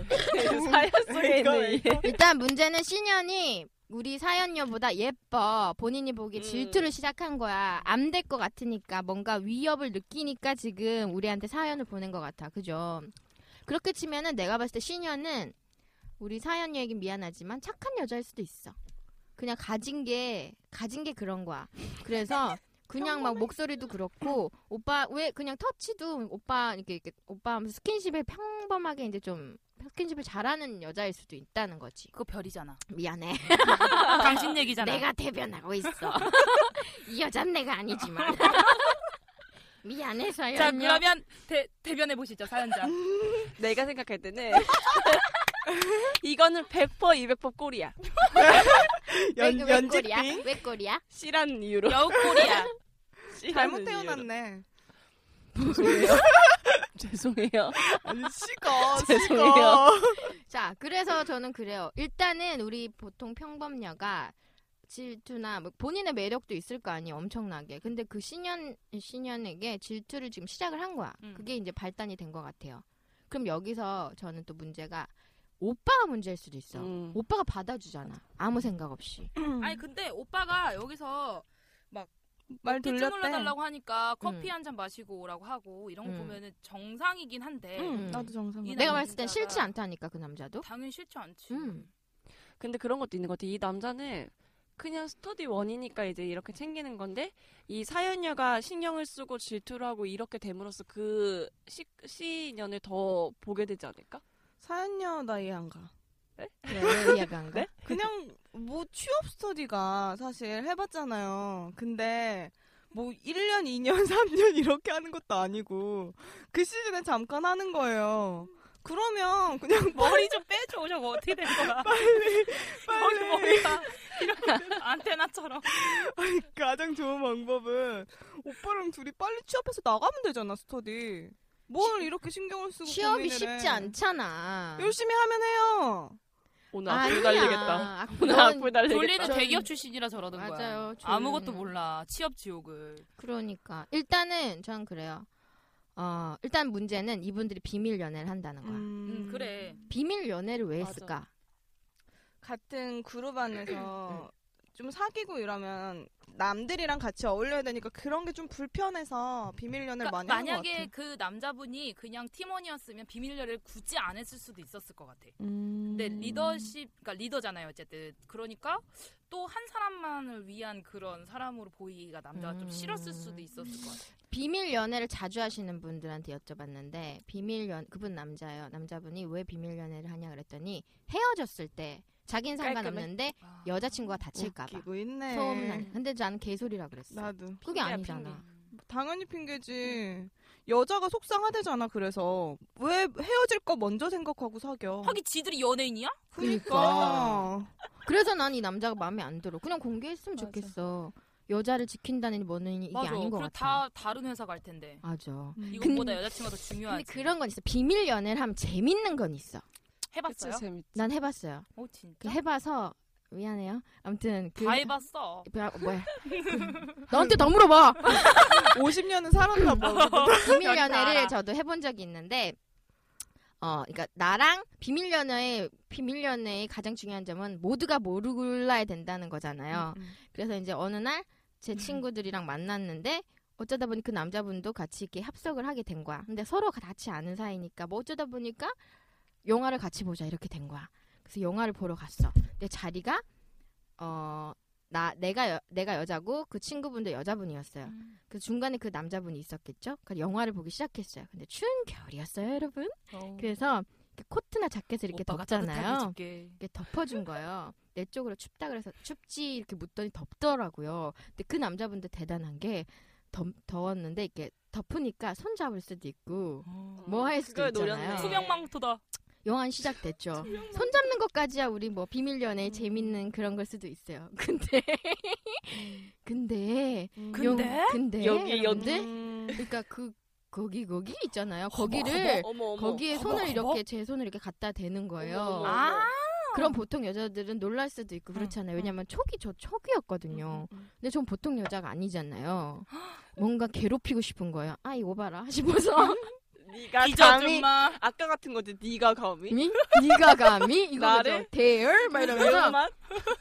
S6: 사연 속에 있는 이
S3: 일단 문제는 신현이 우리 사연녀보다 예뻐. 본인이 보기에
S6: 음.
S3: 질투를 시작한 거야. 안 될 것 같으니까 뭔가 위협을 느끼니까 지금 우리한테 사연을 보낸 것 같아. 그죠? 그렇게 치면은 내가 봤을 때 시녀는 우리 사연 얘기 미안하지만 착한 여자일 수도 있어. 그냥 가진 게 가진 게 그런 거야. 그래서 그냥 막 목소리도 그렇고 오빠 왜 그냥 터치도 오빠 이렇게, 이렇게 오빠 하면서 스킨십에 평범하게 이제 좀 스킨십을 잘하는 여자일 수도 있다는 거지.
S5: 그거 별이잖아.
S3: 미안해.
S5: 당신 얘기잖아.
S3: 내가 대변하고 있어. 이 여잔 내가 아니지만. 미안해 서연요.
S5: 자 그러면 대, 대변해 보시죠 사연자.
S6: 내가 생각할 때는 이거는 100% 200% 꼴이야.
S3: 왜,
S4: 연,
S3: 왜
S4: 연직빙?
S3: 꼴이야? 왜 꼴이야?
S6: 씨라는 이유로.
S5: 여우코리아.
S6: 씨라는
S4: 잘못
S6: 이유로.
S4: 태어났네.
S6: 죄송해요.
S4: 식어,
S6: 죄송해요.
S3: 자, 그래서 저는 그래요. 일단은 우리 보통 평범녀가 질투나 뭐 본인의 매력도 있을 거 아니에요. 엄청나게. 근데 그 신현 신현에게 질투를 지금 시작을 한 거야.
S5: 음.
S3: 그게 이제 발단이 된 것 같아요. 그럼 여기서 저는 또 문제가 오빠가 문제일 수도 있어.
S6: 음.
S3: 오빠가 받아주잖아. 아무 생각 없이.
S5: 아니 근데 오빠가 여기서
S4: 말
S5: 피트
S4: 돌렸대.
S5: 올려달라고 하니까 커피
S3: 음.
S5: 한 잔 마시고 오라고 하고 이런 거
S3: 음.
S5: 보면은 정상이긴 한데
S3: 음.
S4: 나도 정상.
S5: 이
S3: 내가
S5: 남자가-
S3: 봤을 땐 싫지 않다니까 그 남자도.
S5: 당연히 싫지 않지.
S3: 음.
S6: 근데 그런 것도 있는 것 같아. 이 남자는 그냥 스터디 원이니까 이제 이렇게 챙기는 건데 이 사연녀가 신경을 쓰고 질투를 하고 이렇게 됨으로써 그 시, 시년을 더 보게 되지 않을까?
S4: 사연녀 나 이해 안 가.
S3: 왜 이해가 안 가?
S6: 네?
S4: 그냥 뭐 취업 스터디가 사실 해봤잖아요. 근데 뭐 1년, 2년, 3년 이렇게 하는 것도 아니고 그 시즌에 잠깐 하는 거예요. 그러면 그냥
S5: 머리 좀 빼줘 저거 어떻게 된 거야?
S4: 빨리
S5: 거기 머리가 이렇게 안테나처럼.
S4: 아니, 가장 좋은 방법은 오빠랑 둘이 빨리 취업해서 나가면 되잖아 스터디. 뭘 이렇게 신경을 쓰고
S3: 취업이
S4: 고민을
S3: 쉽지
S4: 해.
S3: 않잖아.
S4: 열심히 하면 해요.
S6: 오늘 앞으로 달리겠다.
S3: 아,
S6: 오늘
S3: 그건
S6: 앞으로 달리겠다.
S5: 졸리는
S3: 저는-
S5: 대기업 출신이라 저러는 거야.
S3: 맞아요. 저는-
S5: 아무것도 몰라. 취업 지옥을.
S3: 그러니까 일단은 전 그래요. 어 일단 문제는 이분들이 비밀 연애를 한다는 거야.
S5: 음, 그래.
S3: 비밀 연애를 왜
S6: 맞아.
S3: 했을까?
S4: 같은 그룹
S5: 음,
S4: 안에서 좀 사귀고 이러면 남들이랑 같이 어울려야 되니까 그런 게 좀 불편해서 비밀 연애를
S5: 그러니까
S4: 많이 하는 것
S5: 만약에
S4: 같아.
S5: 그 남자분이 그냥 팀원이었으면 비밀열을 굳이 안 했을 수도 있었을 것 같아. 근데 네,
S4: 음.
S5: 리더십, 그러니까 리더잖아요 어쨌든. 그러니까 또 한 사람만을 위한 그런 사람으로 보이기가 남자가 좀
S3: 음.
S5: 싫었을 수도 있었을 것 같아.
S3: 비밀 연애를 자주 하시는 분들한테 여쭤봤는데 비밀 연 그분 남자예요. 남자분이 왜 비밀 연애를 하냐 그랬더니 헤어졌을 때 자기는
S6: 깔끔해?
S3: 상관없는데
S5: 아.
S3: 여자친구가 다칠까봐
S4: 웃기고 있네.
S3: 소음난. 근데 난 개소리라 그랬어.
S4: 나도
S3: 그게
S6: 핑계야,
S3: 아니잖아.
S6: 핑계.
S4: 당연히 핑계지.
S5: 음.
S4: 여자가 속상하대잖아. 그래서 왜 헤어질 거 먼저 생각하고 사겨.
S5: 하긴 지들이 연예인이야?
S4: 그러니까.
S3: 그래서 난 이 남자가 마음에 안 들어. 그냥 공개했으면
S4: 맞아.
S3: 좋겠어. 여자를 지킨다는 뭐는 이게
S5: 맞아.
S3: 아닌 것
S5: 그리고
S3: 같아.
S5: 다 다른 회사 갈 텐데.
S3: 맞아.
S5: 이것보다 여자친구가 더
S3: 근데
S5: 중요하지.
S3: 그런 건 있어. 비밀 연애를 하면 재밌는 건 있어.
S5: 해봤어요?
S6: 재밌.
S3: 난 해봤어요.
S5: 오
S3: 그
S5: 진짜?
S3: 해봐서 미안해요. 아무튼 그
S5: 다 해봤어.
S3: 뭐야, 뭐야. 너한테 더 물어봐.
S4: 50년은 살았나 봐.
S3: 비밀 연애를
S5: 알아.
S3: 저도 해본 적이 있는데 어, 그러니까 나랑 비밀 연애의 비밀 연애의 가장 중요한 점은 모두가 모르라야 된다는 거잖아요.
S5: 음,
S3: 그래서 이제 어느 날 제 친구들이랑 만났는데 어쩌다 보니 그 남자분도 같이 이렇게 합석을 하게 된 거야. 근데 서로 같이 아는 사이니까 뭐 어쩌다 보니까 영화를 같이 보자 이렇게 된 거야. 그래서 영화를 보러 갔어. 내 자리가 어 나 내가 여, 내가 여자고 그 친구분도 여자분이었어요.
S5: 음.
S3: 그 중간에 그 남자분이 있었겠죠. 그 영화를 보기 시작했어요. 근데 추운 겨울이었어요, 여러분. 그래서 이렇게 코트나 자켓을 이렇게
S5: 오빠가
S3: 덮잖아요.
S5: 따뜻하게 줄게.
S3: 이렇게 덮어준 거예요. 내 쪽으로 춥다 그래서 춥지 이렇게 묻더니 덥더라고요. 근데 그 남자분도 대단한 게 더, 더웠는데 이렇게 덮으니까 손 잡을 수도 있고 뭐 할 수도
S6: 그걸 노렸네.
S3: 있잖아요.
S5: 어. 투명망토다.
S3: 영화 진작됐죠. 손 잡는 것까지야 우리 뭐 비밀 연애 재밌는 그런 걸 수도 있어요. 근데 근데 영-
S5: 근데?
S3: 근데
S6: 여기, 여기?
S3: 여러분들?
S4: 음.
S3: 그러니까 그 거기 거기 있잖아요. 거기를
S6: 어머, 어머, 어머.
S3: 네, 거기에
S5: 어머,
S3: 손을
S5: 어머.
S3: 이렇게 제 손을 이렇게 갖다 대는 거예요.
S6: 어머, 어머,
S5: 아.
S6: 어머.
S3: 그럼 보통 여자들은 놀랄 수도 있고 그렇잖아요. 왜냐면 초기 저 초기였거든요.
S4: 음,
S3: 근데 전 보통 여자가 아니잖아요. 뭔가 괴롭히고 싶은 거예요. 아 이거 봐라 싶어서 아,
S6: 네가 감히
S5: 잊어줌마.
S6: 아까 같은 거지. 네가 감히
S3: 니 니가 감히 이거
S6: 나를?
S3: 죠 대열 막 이러면서
S6: 이것만?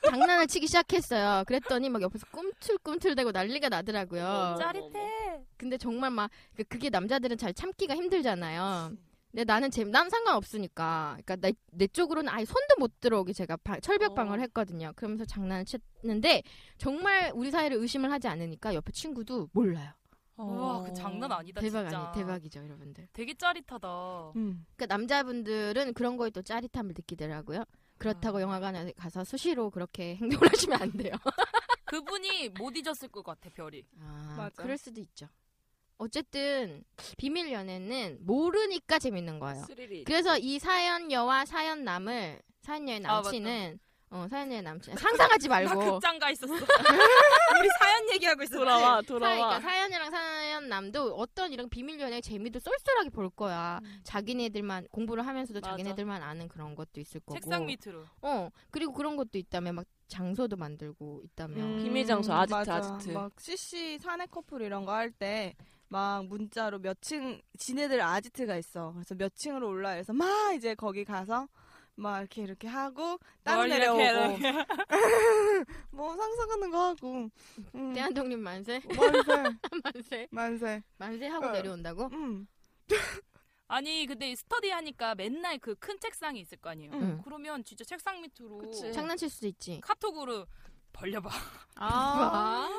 S3: 장난을 치기 시작했어요. 그랬더니 막 옆에서 꿈틀꿈틀대고 난리가 나더라고요.
S6: 어머, 어머,
S5: 짜릿해.
S3: 근데 정말 막 그- 그게 남자들은 잘 참기가 힘들잖아요. 근데 나는 제, 난 상관없으니까. 그러니까 내, 내 쪽으로는 아예 손도 못 들어오게 제가 방- 철벽 방어를
S6: 어.
S3: 했거든요. 그러면서 장난을 쳤는데 정말 우리 사이를 의심을 하지 않으니까 옆에 친구도 몰라요.
S5: 우와 그 장난 아니다
S3: 어. 대박
S5: 진짜.
S3: 아니 대박이죠, 여러분들.
S5: 되게 짜릿하다.
S4: 음.
S3: 그러니까 남자분들은 그런 거에 또 짜릿함을 느끼더라고요. 그렇다고
S5: 아.
S3: 영화관에 가서 수시로 그렇게 행동을 하시면 안 돼요.
S5: 그분이 못 잊었을 것 같아 별이.
S3: 아,
S4: 맞아.
S3: 그럴 수도 있죠. 어쨌든 비밀 연애는 모르니까 재밌는 거예요.
S6: 스릴이.
S3: 그래서 이 사연 여와 사연 남을 사연 여의
S5: 아, 맞다.
S3: 남친은 어 사연 여의 남친 상상하지
S5: 나
S3: 말고
S5: 극장 가 있었어. 우리 사연 얘기하고 있었어.
S6: 돌아와
S3: 사, 그러니까
S6: 돌아와.
S3: 사연이랑 사연 남도 어떤 이런 비밀 연애 재미도 쏠쏠하게 볼 거야.
S5: 음.
S3: 자기네들만 공부를 하면서도
S6: 맞아.
S3: 자기네들만 아는 그런 것도 있을 거고.
S5: 책상 밑으로.
S3: 어 그리고 그런 것도 있다며 막 장소도 만들고 있다며.
S6: 음. 비밀 장소, 아지트,
S4: 맞아.
S6: 아지트.
S4: 막 CC 사내 커플 이런 거 할 때 막 문자로 몇 층 지네들 아지트가 있어. 그래서 몇 층으로 올라 그래서 막 이제 거기 가서 막 이렇게 이렇게 하고
S5: 뭘
S4: 땅
S5: 이렇게
S4: 내려오고 뭐 상상하는 거 하고 음.
S3: 대한독립 만세
S4: 만세
S3: 만세
S4: 만세.
S3: 만세 하고
S4: 어.
S3: 내려온다고.
S4: 음.
S5: 아니 근데 스터디 하니까 맨날 그 큰 책상이 있을 거 아니에요.
S3: 응.
S5: 그러면 진짜 책상 밑으로
S6: 그치.
S3: 장난칠 수도 있지.
S5: 카톡으로 벌려봐
S6: 아,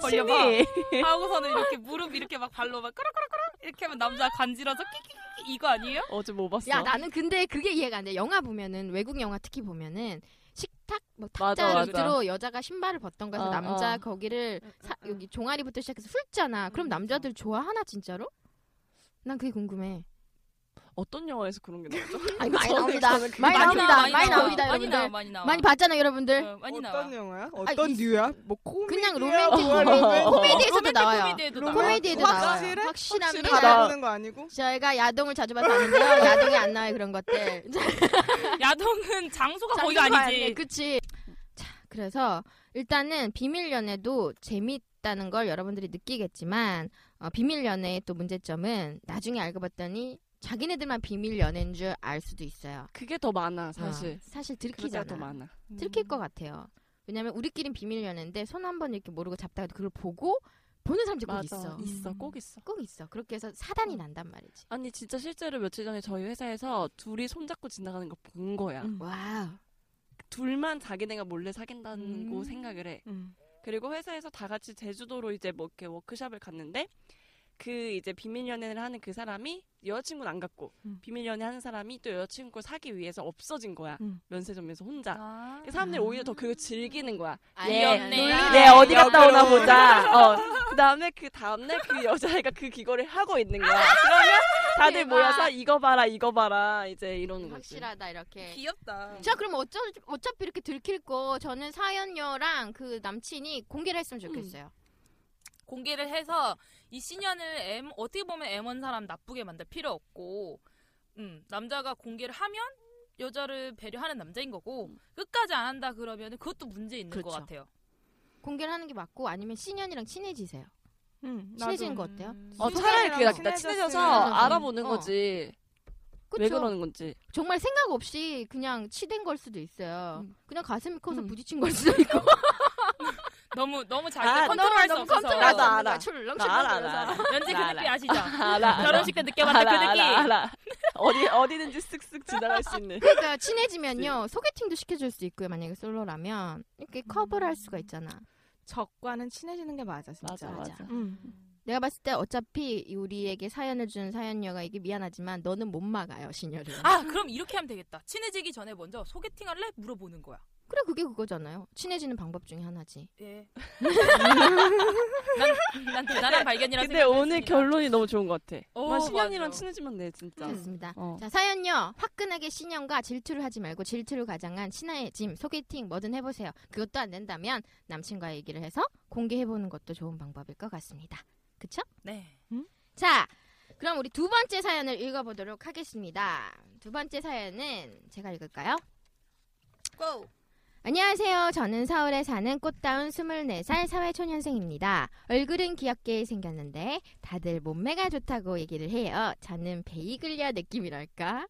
S5: 벌려봐
S6: 취미.
S5: 하고서는 이렇게 무릎 이렇게 막 발로 막 끄락끄락끄락 이렇게 하면 남자 간지러서 끼끼끼 이거 아니에요?
S6: 어제 뭐 봤어?
S3: 야 나는 근데 그게 이해가 안 돼. 영화 보면은 외국 영화 특히 보면은 식탁 뭐
S6: 맞아,
S3: 탁자
S6: 맞아.
S3: 밑으로 여자가 신발을 벗던가 해서
S6: 어,
S3: 남자
S6: 어.
S3: 거기를 사- 여기 종아리부터 시작해서 훑잖아. 그럼 남자들 좋아하나 진짜로? 난 그게 궁금해.
S6: 어떤 영화에서 그런 게 나오죠?
S3: 아니 많이
S6: 저는-
S3: 나옵니다.
S6: 저는 그게
S3: 많이 나옵니다. 많이,
S5: 나와.
S3: 나옵니다.
S5: 많이
S3: 여러분들.
S5: 나와
S3: 많이,
S5: 많이 나와
S3: 봤잖아 여러분들.
S6: 네.
S5: 어, 많이
S4: 그 어떤
S5: 나와
S4: 영화야?
S3: 이-
S4: 어떤 류야? 뭐 코미디야?
S3: 그냥 로맨틱
S4: 뭐야,
S3: 코미디,
S4: 로맨틱?
S3: 코미디에서도 나와요.
S5: 코미디에도
S4: 로맨-
S5: 나와
S3: 아, 코미디에도
S4: 확실해?
S3: 나와요.
S4: 확실히
S3: 확실합니다.
S4: 다 나오는 거 아니고?
S3: 저희가 야동을 자주 봐서 아는데요. 야동이 안 나와요 그런 것들.
S5: 야동은 장소가 거기가
S3: 장소가
S5: 아니지
S3: 아니네, 그치. 자, 그래서 일단은 비밀 연애도 재밌다는 걸 여러분들이 느끼겠지만 어, 비밀 연애의 또 문제점은 나중에 알고 봤더니 자기네들만 비밀 연애인 줄 알 수도 있어요.
S6: 그게 더 많아
S3: 어,
S6: 사실.
S3: 사실
S6: 그게 더
S3: 들키잖아.
S6: 많아. 음.
S3: 들킬 것 같아요. 왜냐면 우리끼린 비밀 연애인데 손 한 번 이렇게 모르고 잡다가 그걸 보고 보는 사람들 꼭 있어.
S6: 있어, 꼭 있어.
S3: 꼭 있어. 그렇게 해서 사단이 난단 말이지.
S6: 아니 진짜 실제로 며칠 전에 저희 회사에서 둘이 손잡고 지나가는 거 본 거야.
S4: 음.
S3: 와우.
S6: 둘만 자기네가 몰래 사귄다는 거
S4: 음.
S6: 생각을 해. 그리고 회사에서 다 같이 제주도로 이제 뭐 이렇게 워크샵을 갔는데 그 이제 비밀 연애를 하는 그 사람이 여자친구는 안 갖고
S4: 음.
S6: 비밀 연애 하는 사람이 또 여자친구를 사기 위해서 없어진 거야
S4: 음.
S6: 면세점에서 혼자
S5: 아.
S6: 그 사람들이 오히려 더 그걸 즐기는 거야
S3: 아예
S6: 예,
S3: 놀리네.
S6: 네 어디 갔다
S4: 여자로.
S6: 오나 보자 어 그다음에 그 다음날 그 여자애가 그 기거를 하고 있는 거야 그러면 다들
S3: 대박.
S6: 모여서 이거 봐라 이거 봐라 이제 이러는 거지
S3: 확실하다
S5: 예.
S3: 이렇게.
S5: 귀엽다
S3: 자 그럼 어쩌, 어차피 이렇게 들킬 거 저는 사연녀랑 그 남친이 공개를 했으면
S6: 음.
S3: 좋겠어요.
S5: 공개를 해서 이 신현을 M, 어떻게 보면 M1 사람 나쁘게 만들 필요 없고 음, 남자가 공개를 하면 여자를 배려하는 남자인 거고
S6: 음.
S5: 끝까지 안 한다 그러면 그것도 문제 있는 것
S3: 그렇죠.
S5: 같아요.
S3: 공개를 하는 게 맞고 아니면 신현이랑 친해지세요.
S4: 음, 나도.
S3: 친해지는 거 어때요?
S6: 어 차라리 그게 낫겠다
S4: 친해졌으면-
S6: 친해져서
S3: 친해져서.
S6: 알아보는
S3: 어.
S6: 거지 왜
S3: 그렇죠.
S6: 그러는 건지
S3: 정말 생각 없이 그냥 치댄 걸 수도 있어요. 그냥 가슴이 커서
S6: 음.
S3: 부딪힌 걸 수도 있고.
S5: 너무 너무 자기가
S6: 아,
S5: 컨트롤할 수
S3: 너무
S5: 없어서
S3: 컨트롤
S6: 나도 알아.
S3: 출렁출렁
S6: 나 알아 알아 알아.
S5: 연지 그
S6: 나
S5: 느낌
S6: 알아.
S5: 아시죠?
S6: 알아, 알아.
S5: 결혼식 때 느껴 봤던 그
S6: 알아,
S5: 느낌.
S6: 알아, 알아. 어디 어디든지 쓱쓱 지나갈 수 있는.
S3: 그러니까 친해지면요
S6: 네.
S3: 소개팅도 시켜줄 수 있고요. 만약에 솔로라면 이렇게
S6: 음.
S3: 커버를 할 수가 있잖아.
S4: 적과는 친해지는 게 맞아
S6: 맞아
S4: 진짜.
S3: 맞아.
S6: 맞아.
S4: 음.
S3: 내가 봤을 때 어차피 이 우리에게 사연을 준 사연녀가 이게 미안하지만 너는 못 막아요 신여를.
S5: 아 그럼 이렇게 하면 되겠다. 친해지기 전에 먼저 소개팅 할래 물어보는 거야.
S3: 그래 그게 그거잖아요. 친해지는 방법 중에 하나지.
S5: 예. 난, 난 대단한 발견이라
S6: 근데 오늘
S5: 생각했습니다.
S6: 결론이 너무 좋은 것 같아.
S5: 오,
S6: 만 신현이랑
S5: 어, 맞아.
S6: 친해지면 돼 진짜.
S3: 좋습니다.
S6: 어.
S3: 자 사연요 화끈하게 신형과 질투를 하지 말고 질투를 가장한 신하의 짐 소개팅 뭐든 해보세요. 그것도 안 된다면 남친과 얘기를 해서 공개해보는 것도 좋은 방법일 것 같습니다. 그쵸?
S5: 네.
S3: 자 그럼 우리 두 번째 사연을 읽어보도록 하겠습니다. 두 번째 사연은 제가 읽을까요?
S5: 고.
S3: 안녕하세요. 저는 서울에 사는 꽃다운 24살 사회초년생입니다. 얼굴은 귀엽게 생겼는데 다들 몸매가 좋다고 얘기를 해요. 저는 베이글리아 느낌이랄까?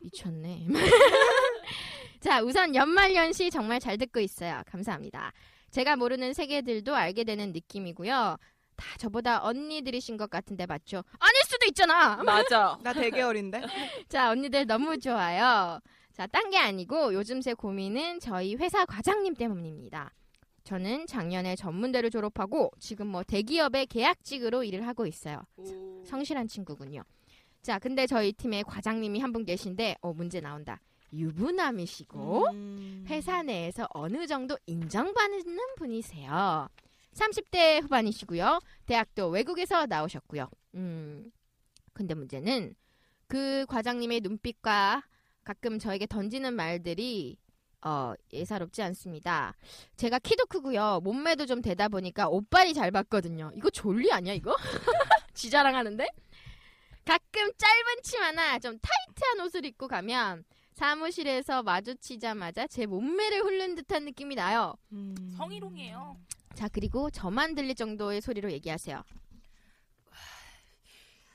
S3: 미쳤네. 자, 우선 연말연시 정말 잘 듣고 있어요. 감사합니다. 제가 모르는 세계들도 알게 되는 느낌이고요. 다 저보다 언니들이신 것 같은데 맞죠? 아닐 수도 있잖아.
S6: 맞아.
S4: 나 되게 어린데.
S3: 자, 언니들 너무 좋아요. 자, 딴 게 아니고 요즘 제 고민은 저희 회사 과장님 때문입니다. 저는 작년에 전문대를 졸업하고 지금 뭐 대기업의 계약직으로 일을 하고 있어요. 성실한 친구군요. 자, 근데 저희 팀의 과장님이 한 분 계신데 어, 문제 나온다. 유부남이시고
S4: 음.
S3: 회사 내에서 어느 정도 인정받는 분이세요. 30대 후반이시고요. 대학도 외국에서 나오셨고요. 음. 근데 문제는 그 과장님의 눈빛과 가끔 저에게 던지는 말들이 어, 예사롭지 않습니다. 제가 키도 크고요. 몸매도 좀 되다 보니까 옷발이 잘 봤거든요. 이거 졸리 아니야, 이거? 지자랑하는데? 가끔 짧은 치마나 좀 타이트한 옷을 입고 가면 사무실에서 마주치자마자 제 몸매를 훑는 듯한 느낌이 나요.
S4: 음.
S5: 성희롱이에요.
S3: 자, 그리고 저만 들릴 정도의 소리로 얘기하세요.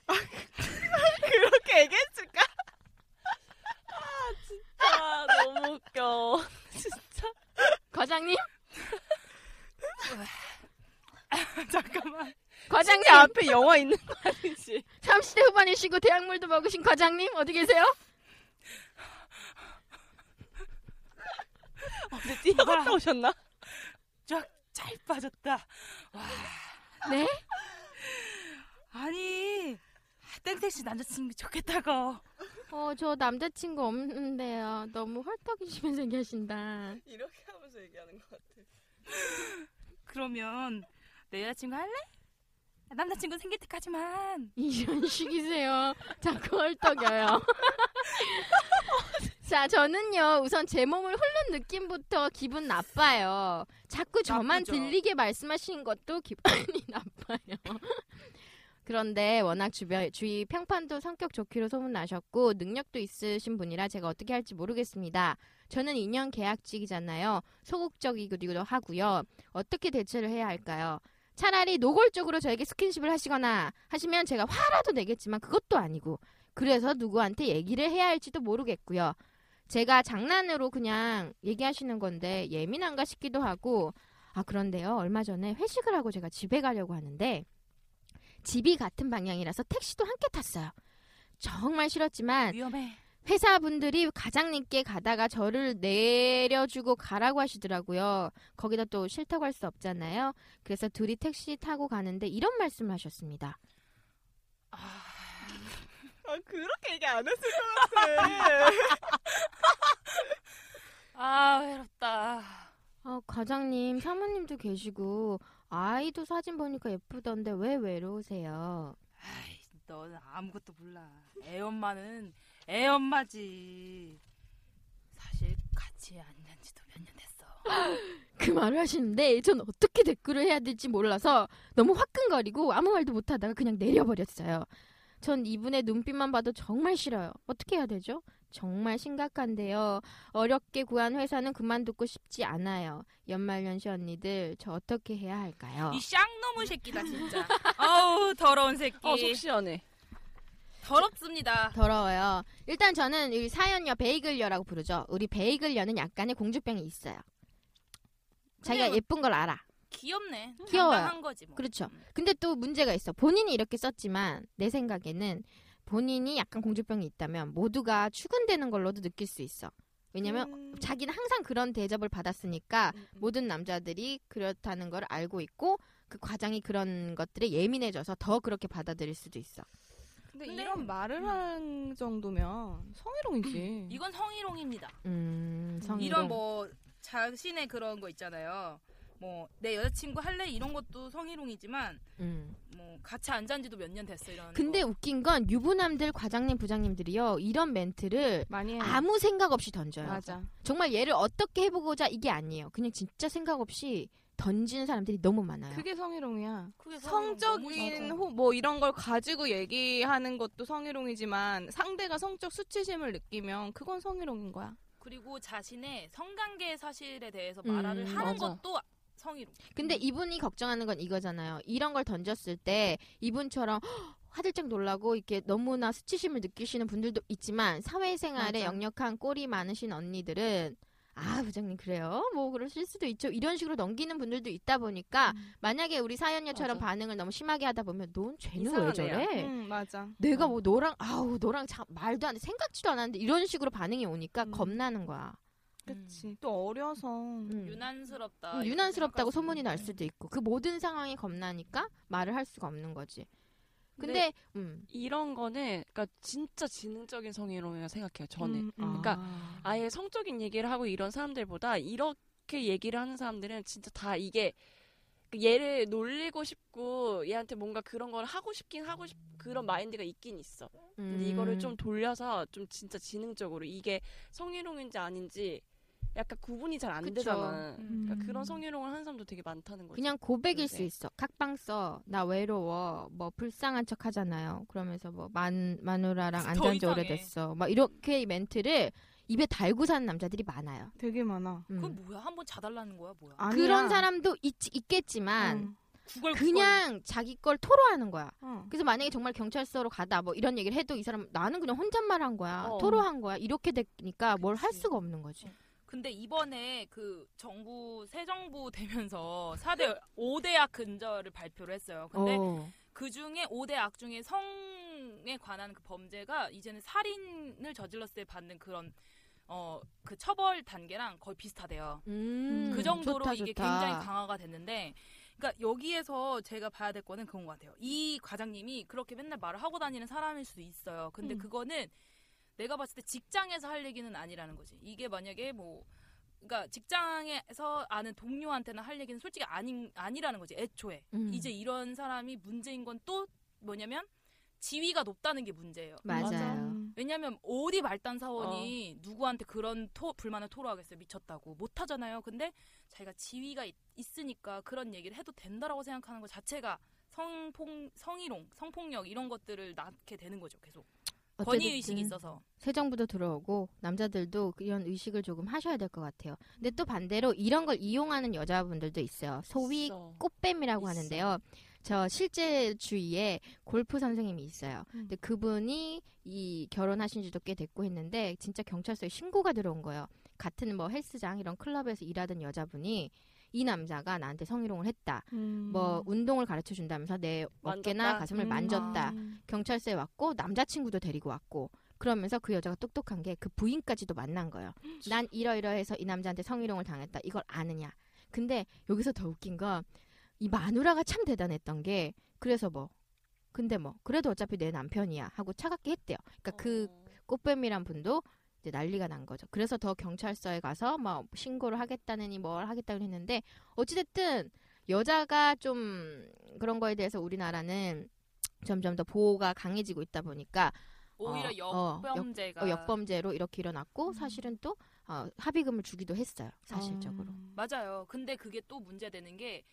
S4: 그렇게 얘기했을까?
S6: 아, 너무 웃겨. 진짜.
S3: 과장님,
S5: 잠깐만.
S3: 과장님,
S6: 앞에 영화 있는 거 아니지?
S3: 30대 후반이시고 대학물도 먹으신 과장님 어디 계세요?
S6: 어디 뛰어갔다 오셨나?
S5: 잘 빠졌다. 와.
S3: 네?
S5: 아니, 땡땡씨 남자친구 좋겠다고.
S3: 어, 저 남자친구 없는데요. 너무 헐떡이시면서 얘기하신다.
S6: 이렇게 하면서 얘기하는 거 같아.
S5: 그러면 내 여자친구 할래? 남자친구 생길 때까지만.
S3: 이런 식이세요. 자꾸 헐떡여요. 자, 저는요, 우선 제 몸을 훑는 느낌부터 기분 나빠요. 자꾸 저만
S5: 나쁘죠.
S3: 들리게 말씀하시는 것도 기분이 나빠요. 그런데 워낙 주변, 주위 평판도 성격 좋기로 소문나셨고, 능력도 있으신 분이라 제가 어떻게 할지 모르겠습니다. 저는 2년 계약직이잖아요. 소극적이기도 하고요. 어떻게 대처를 해야 할까요? 차라리 노골적으로 저에게 스킨십을 하시거나 하시면 제가 화라도 내겠지만 그것도 아니고 그래서 누구한테 얘기를 해야 할지도 모르겠고요. 제가 장난으로 그냥 얘기하시는 건데 예민한가 싶기도 하고 아 그런데요 얼마 전에 회식을 하고 제가 집에 가려고 하는데 집이 같은 방향이라서 택시도 함께 탔어요. 정말 싫었지만
S5: 위험해.
S3: 회사분들이 과장님께 가다가 저를 내려주고 가라고 하시더라고요. 거기다 또 싫다고 할 수 없잖아요. 그래서 둘이 택시 타고 가는데 이런 말씀을 하셨습니다.
S4: 아, 그렇게 얘기 안 했을 것 같아.
S5: 아, 외롭다.
S3: 아, 과장님, 사모님도 계시고 아이도 사진 보니까 예쁘던데 왜 외로우세요?
S5: 아이, 넌 아무것도 몰라. 애 엄마는 애 엄마지. 사실 같이 안 된 지도 몇 년 됐어.
S3: 그 말을 하시는데 전 어떻게 댓글을 해야 될지 몰라서 너무 화끈거리고 아무 말도 못하다가 그냥 내려버렸어요. 전 이분의 눈빛만 봐도 정말 싫어요. 어떻게 해야 되죠? 정말 심각한데요. 어렵게 구한 회사는 그만두고 싶지 않아요. 연말연시 언니들 저 어떻게 해야 할까요?
S5: 이 쌍놈의 새끼다, 진짜. 아우, 더러운 새끼.
S6: 어, 속 시원해.
S5: 더럽습니다.
S3: 더러워요. 일단 저는 이 사연녀 베이글녀라고 부르죠. 우리 베이글녀는 약간의 공주병이 있어요. 자기가
S5: 근데
S3: 예쁜 걸 알아.
S5: 귀엽네.
S3: 귀여워요.
S5: 당당한 거지 뭐.
S3: 그렇죠. 근데 또 문제가 있어. 본인이 이렇게 썼지만 내 생각에는 본인이 약간 공주병이 있다면 모두가 추근되는 걸로도 느낄 수 있어. 왜냐면
S5: 음.
S3: 자기는 항상 그런 대접을 받았으니까 모든 남자들이 그렇다는 걸 알고 있고 그 과장이 그런 것들에 예민해져서 더 그렇게 받아들일 수도 있어.
S4: 근데
S5: 근데-
S4: 이런 말을 한 정도면 성희롱이지.
S5: 음. 이건 성희롱입니다.
S3: 음, 성희롱.
S5: 이런 뭐 자신의 그런 거 있잖아요. 뭐 내 여자친구 할래 이런 것도 성희롱이지만
S3: 음.
S5: 뭐 같이 안 잔지도 몇 년 됐어 이런.
S3: 근데
S5: 거.
S3: 웃긴 건 유부남들 과장님 부장님들이요 이런 멘트를
S4: 많이 해.
S3: 아무 생각 없이 던져요.
S4: 맞아.
S3: 정말 얘를 어떻게 해보고자 이게 아니에요. 그냥 진짜 생각 없이 던지는 사람들이 너무 많아요.
S4: 그게 성희롱이야.
S5: 그게 성희롱
S4: 성적인
S5: 너무
S4: 호, 뭐 이런 걸 가지고 얘기하는 것도 성희롱이지만 상대가 성적 수치심을 느끼면 그건 성희롱인 거야.
S5: 그리고 자신의 성관계 사실에 대해서
S3: 음,
S5: 말을 하는
S6: 맞아.
S5: 것도 성희롱.
S3: 근데 이분이 걱정하는 건 이거잖아요. 이런 걸 던졌을 때 이분처럼 "헉!" 화들짝 놀라고 이렇게 너무나 수치심을 느끼시는 분들도 있지만 사회생활에
S4: 맞아.
S3: 역력한 꼴이 많으신 언니들은 아 부장님 그래요? 뭐 그러실 수도 있죠. 이런 식으로 넘기는 분들도 있다 보니까 만약에 우리 사연녀처럼
S6: 음. 맞아.
S3: 반응을 너무 심하게 하다 보면 넌 쟤는 왜
S6: 이상하네요.
S3: 저래?
S4: 음, 맞아.
S3: 내가 뭐 너랑 아우 너랑 참 말도 안 돼 생각지도 않았는데 이런 식으로 반응이 오니까
S4: 음.
S3: 겁나는 거야.
S4: 그치. 또 어려서.
S3: 음.
S5: 유난스럽다. 아,
S3: 음,
S5: 이렇게
S3: 유난스럽다고
S5: 생각할 수
S3: 소문이 날
S5: 있는데.
S3: 수도 있고 그 모든 상황이 겁나니까 말을 할 수가 없는 거지. 근데 음.
S6: 이런 거는 그러니까 진짜 지능적인 성희롱이라 생각해요. 저는
S4: 음, 음.
S6: 그러니까 아예 성적인 얘기를 하고 이런 사람들보다 이렇게 얘기를 하는 사람들은 진짜 다 이게 그 얘를 놀리고 싶고 얘한테 뭔가 그런 걸 하고 싶긴 하고 싶 그런 마인드가 있긴 있어. 근데
S3: 음.
S6: 이거를 좀 돌려서 좀 진짜 지능적으로 이게 성희롱인지 아닌지 약간 구분이 잘 안
S3: 그쵸.
S6: 되잖아.
S5: 음.
S6: 그러니까 그런 성희롱을 하는 사람도 되게 많다는 거지.
S3: 그냥 고백일
S6: 네.
S3: 수 있어. 각방 써. 나 외로워. 뭐 불쌍한 척 하잖아요. 그러면서 뭐 만 마누라랑 안
S5: 더
S3: 잔지
S5: 이상해.
S3: 오래됐어. 막 이렇게 이 멘트를 입에 달고 사는 남자들이 많아요.
S4: 되게 많아.
S3: 음.
S5: 그건 뭐야? 한번 자달라는 거야, 뭐야? 그렇죠.
S4: 아니야. 음.
S3: 그런 사람도 있, 있겠지만
S4: 응.
S5: 구걸 구걸.
S3: 그냥 자기 걸 토로하는 거야.
S4: 응.
S3: 그래서 만약에 정말 경찰서로 가다 뭐 이런 얘기를 해도 이 사람 나는 그냥 혼잣말 한 거야.
S6: 어.
S3: 토로한 거야. 이렇게 되니까 뭘 할
S5: 그치.
S3: 수가 없는 거지.
S5: 근데 이번에 그 정부 새 정부 되면서 4대 5대학 근절을 발표를 했어요. 근데
S3: 어.
S5: 그 중에 5대악 중에 성에 관한 그 범죄가 이제는 살인을 저질렀을 때 받는 그런 어 그 처벌 단계랑 거의 비슷하대요.
S3: 음,
S5: 그 정도로
S3: 좋다,
S5: 이게
S3: 좋다.
S5: 굉장히 강화가 됐는데 그러니까 여기에서 제가 봐야 될 거는 그런 것 같아요. 이 과장님이 그렇게 맨날 말을 하고 다니는 사람일 수도 있어요.
S3: 음.
S5: 근데 그거는 내가 봤을 때 직장에서 할 얘기는 아니라는 거지. 이게 만약에 뭐 그러니까 직장에서 아는 동료한테는 할 얘기는 솔직히 아닌 아니라는 거지. 애초에
S3: 음.
S5: 이제 이런 사람이 문제인 건 또 뭐냐면 지위가 높다는 게 문제예요.
S3: 맞아요.
S4: 음.
S5: 왜냐면 어디 말단 사원이
S3: 어.
S5: 누구한테 그런 토- 불만을 토로하겠어요 미쳤다고 못 하잖아요 근데 자기가 지위가 있, 으니까 그런 얘기를 해도 된다라고 생각하는 것 자체가 성폭 성희롱 성폭력 이런 것들을 낳게 되는 거죠 계속 권위 의식이
S3: 어쨌든
S5: 있어서
S3: 새 정부도 들어오고 남자들도 이런 의식을 조금 하셔야 될 것 같아요. 근데 또 반대로 이런 걸 이용하는 여자분들도 있어요. 소위
S6: 있어.
S3: 꽃뱀이라고
S6: 있어.
S3: 하는데요. 저 실제 주위에 골프 선생님이 있어요.
S6: 음.
S3: 근데 그분이 이 결혼하신 지도 꽤 됐고 했는데 진짜 경찰서에 신고가 들어온 거예요. 같은 뭐 헬스장 이런 클럽에서 일하던 여자분이 이 남자가 나한테 성희롱을 했다. 뭐 운동을 가르쳐 준다면서 내 어깨나
S6: 음. 만졌다? 음.
S3: 가슴을 만졌다.
S4: 음,
S3: 경찰서에 왔고 남자친구도 데리고 왔고 그러면서 그 여자가 똑똑한 게 그 부인까지도 만난 거예요. 난 이러이러해서 이 남자한테 성희롱을 당했다. 이걸 아느냐. 근데 여기서 더 웃긴 건 이 마누라가 참 대단했던 게 그래서 뭐 근데 뭐 그래도 어차피 내 남편이야 하고 차갑게 했대요. 그러니까
S6: 어.
S3: 그 꽃뱀이란 분도 이제 난리가 난 거죠. 그래서 더 경찰서에 가서 막 신고를 하겠다느니 뭘 하겠다고 했는데 어찌됐든 여자가 좀 그런 거에 대해서 우리나라는 점점 더 보호가 강해지고 있다 보니까
S5: 오히려
S3: 어, 어,
S5: 역범죄가
S3: 어, 역범죄로 이렇게 일어났고 사실은 또 어, 합의금을 주기도 했어요. 사실적으로. 음.
S5: 맞아요 근데 그게 또 문제되는 게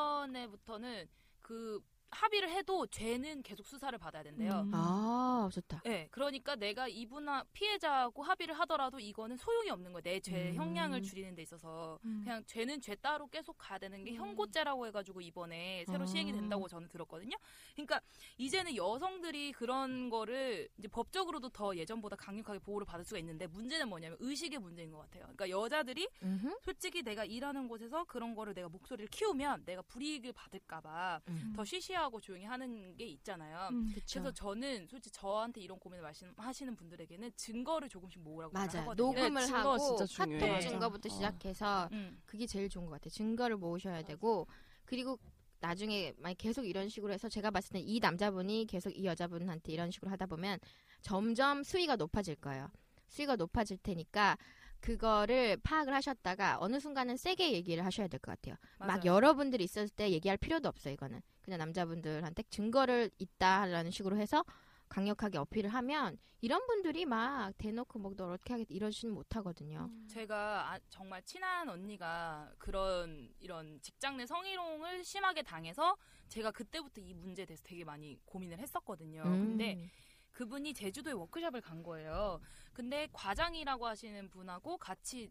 S5: 이번에부터는 그 합의를 해도 죄는 계속 수사를 받아야 된대요
S3: 아 좋다.
S5: 네, 그러니까 내가 이분아 피해자하고 합의를 하더라도 이거는 소용이 없는 거예요. 내 죄
S3: 음.
S5: 형량을 줄이는 데 있어서 그냥 죄는 죄 따로 계속 가야 되는 게 형고죄라고 해가지고 이번에 새로
S3: 음. 아.
S5: 시행이 된다고 저는 들었거든요. 그러니까 이제는 여성들이 그런 거를 이제 법적으로도 더 예전보다 강력하게 보호를 받을 수가 있는데 문제는 뭐냐면 의식의 문제인 것 같아요. 그러니까 여자들이
S3: 음흠.
S5: 솔직히 내가 일하는 곳에서 그런 거를 내가 목소리를 키우면 내가 불이익을 받을까봐
S3: 음.
S5: 더 쉬쉬하고 조용히 하는 게 있잖아요. 그래서 저는 솔직히 저한테 이런 고민을 말씀하시는 분들에게는 증거를 조금씩 모으라고
S3: 맞아.
S5: 말하거든요.
S3: 녹음을
S6: 네, 증거
S3: 하고
S6: 진짜
S3: 카톡
S6: 중요해.
S3: 증거부터
S6: 어.
S3: 시작해서
S5: 음.
S3: 그게 제일 좋은 것 같아요. 증거를 모으셔야 되고 그리고 나중에 만약 계속 이런 식으로 해서 제가 봤을 때 이 남자분이 계속 이 여자분한테 이런 식으로 하다 보면 점점 수위가 높아질 거예요. 수위가 높아질 테니까 그거를 파악을 하셨다가 어느 순간은 세게 얘기를 하셔야 될 것 같아요. 막
S5: 맞아요.
S3: 여러분들이 있었을 때 얘기할 필요도 없어 요 이거는 그냥 남자분들한테 증거를 있다라는 식으로 해서 강력하게 어필을 하면 이런 분들이 막 대놓고 뭐너 어떻게 하겠다 이러지는 못하거든요.
S5: 제가 아- 정말 친한 언니가 그런 이런 직장 내 성희롱을 심하게 당해서 제가 그때부터 이 문제에 대해서 되게 많이 고민을 했었거든요. 어,
S3: 음.
S5: 근데 그분이 제주도에 워크숍을 간 거예요. 근데 과장이라고 하시는 분하고 같이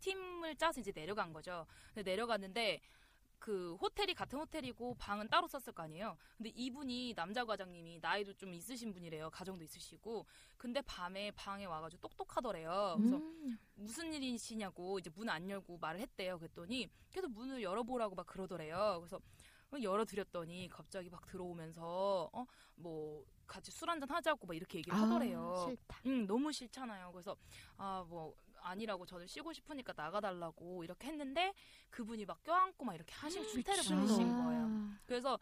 S5: 팀을 짜서 이제 내려간 거죠. 근데 내려갔는데 그 호텔이 같은 호텔이고 방은 따로 썼을 거 아니에요. 근데 이분이 남자 과장님이 나이도 좀 있으신 분이래요. 가정도 있으시고. 근데 밤에 방에 와가지고 똑똑하더래요. 그래서
S3: 음.
S5: 무슨 일이시냐고 이제 문 안 열고 말을 했대요. 그랬더니 계속 문을 열어보라고 막 그러더래요. 그래서 열어드렸더니 갑자기 막 들어오면서 어 뭐 같이 술 한잔 하자고 막 이렇게 얘기를
S3: 아,
S5: 하더래요.
S3: 싫다.
S5: 음, 너무 싫잖아요. 그래서 아 뭐 아니라고 저는 쉬고 싶으니까 나가달라고 이렇게 했는데 그분이 막 껴안고 막 이렇게 하실
S3: 아,
S5: 출퇴를 부르신 거예요. 그래서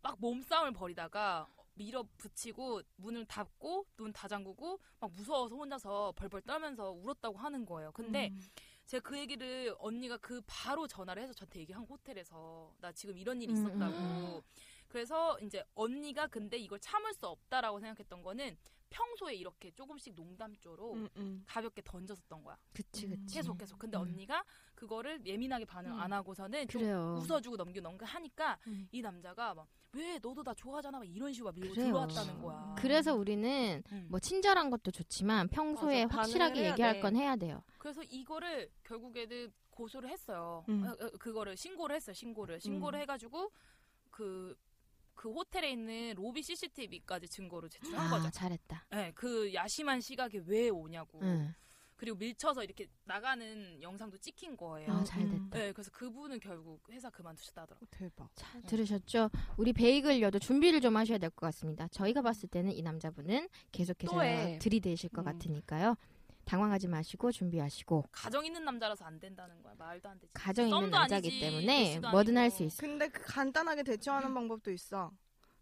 S5: 막 몸싸움을 벌이다가 밀어붙이고 문을 닫고 눈 다 잠그고 막 무서워서 혼자서 벌벌 떨면서 울었다고 하는 거예요. 근데
S3: 음.
S5: 제가 그 얘기를 언니가 그 바로 전화를 해서 저한테 얘기한 거, 호텔에서 나 지금 이런 일이
S3: 음,
S5: 있었다고.
S3: 음.
S5: 그래서 이제 언니가 근데 이걸 참을 수 없다라고 생각했던 거는 평소에 이렇게 조금씩 농담조로
S4: 음, 음.
S5: 가볍게 던졌었던 거야.
S3: 그치 그치.
S5: 계속 계속. 근데
S3: 음.
S5: 언니가 그거를 예민하게 반응
S4: 음.
S5: 안 하고서는 좀
S3: 그래요.
S5: 웃어주고 넘기고 넘기 하니까
S4: 음.
S5: 이 남자가 막 왜 너도 나 좋아하잖아 막 이런 식으로 막 밀고
S3: 그래요.
S5: 들어왔다는 거야.
S3: 그래서 우리는
S5: 음.
S3: 뭐 친절한 것도 좋지만 평소에
S6: 맞아, 반응을
S3: 확실하게
S6: 해야
S3: 얘기할
S6: 돼.
S3: 건 해야 돼요.
S5: 그래서 이거를 결국에는 고소를 했어요.
S4: 음.
S5: 어, 어, 그거를 신고를 했어요. 신고를
S3: 음.
S5: 신고를 해가지고 그. 그 호텔에 있는 로비 CCTV까지 증거로 제출한
S3: 아
S5: 거죠.
S3: 잘했다.
S5: 네, 그 야심한 시각이 왜 오냐고.
S3: 응.
S5: 그리고 밀쳐서 이렇게 나가는 영상도 찍힌 거예요.
S3: 아, 잘 됐다.
S5: 네, 그래서 그분은 결국 회사 그만두셨다더라고요.
S4: 어, 대박.
S3: 자, 들으셨죠? 우리 베이글 여도 준비를 좀 하셔야 될 것 같습니다. 저희가 봤을 때는 이 남자분은
S6: 또
S3: 계속해서
S6: 해.
S3: 들이대실 것
S6: 음.
S3: 같으니까요. 당황하지 마시고 준비하시고
S5: 가정 있는 남자라서 안 된다는 거야. 말도 안 되지.
S3: 가정 있는
S5: 썸도
S3: 남자기
S5: 아니지,
S3: 때문에
S5: 일시도
S3: 뭐든
S5: 아니고.
S3: 할 수 있어.
S4: 근데 그 간단하게 대처하는 방법도 있어.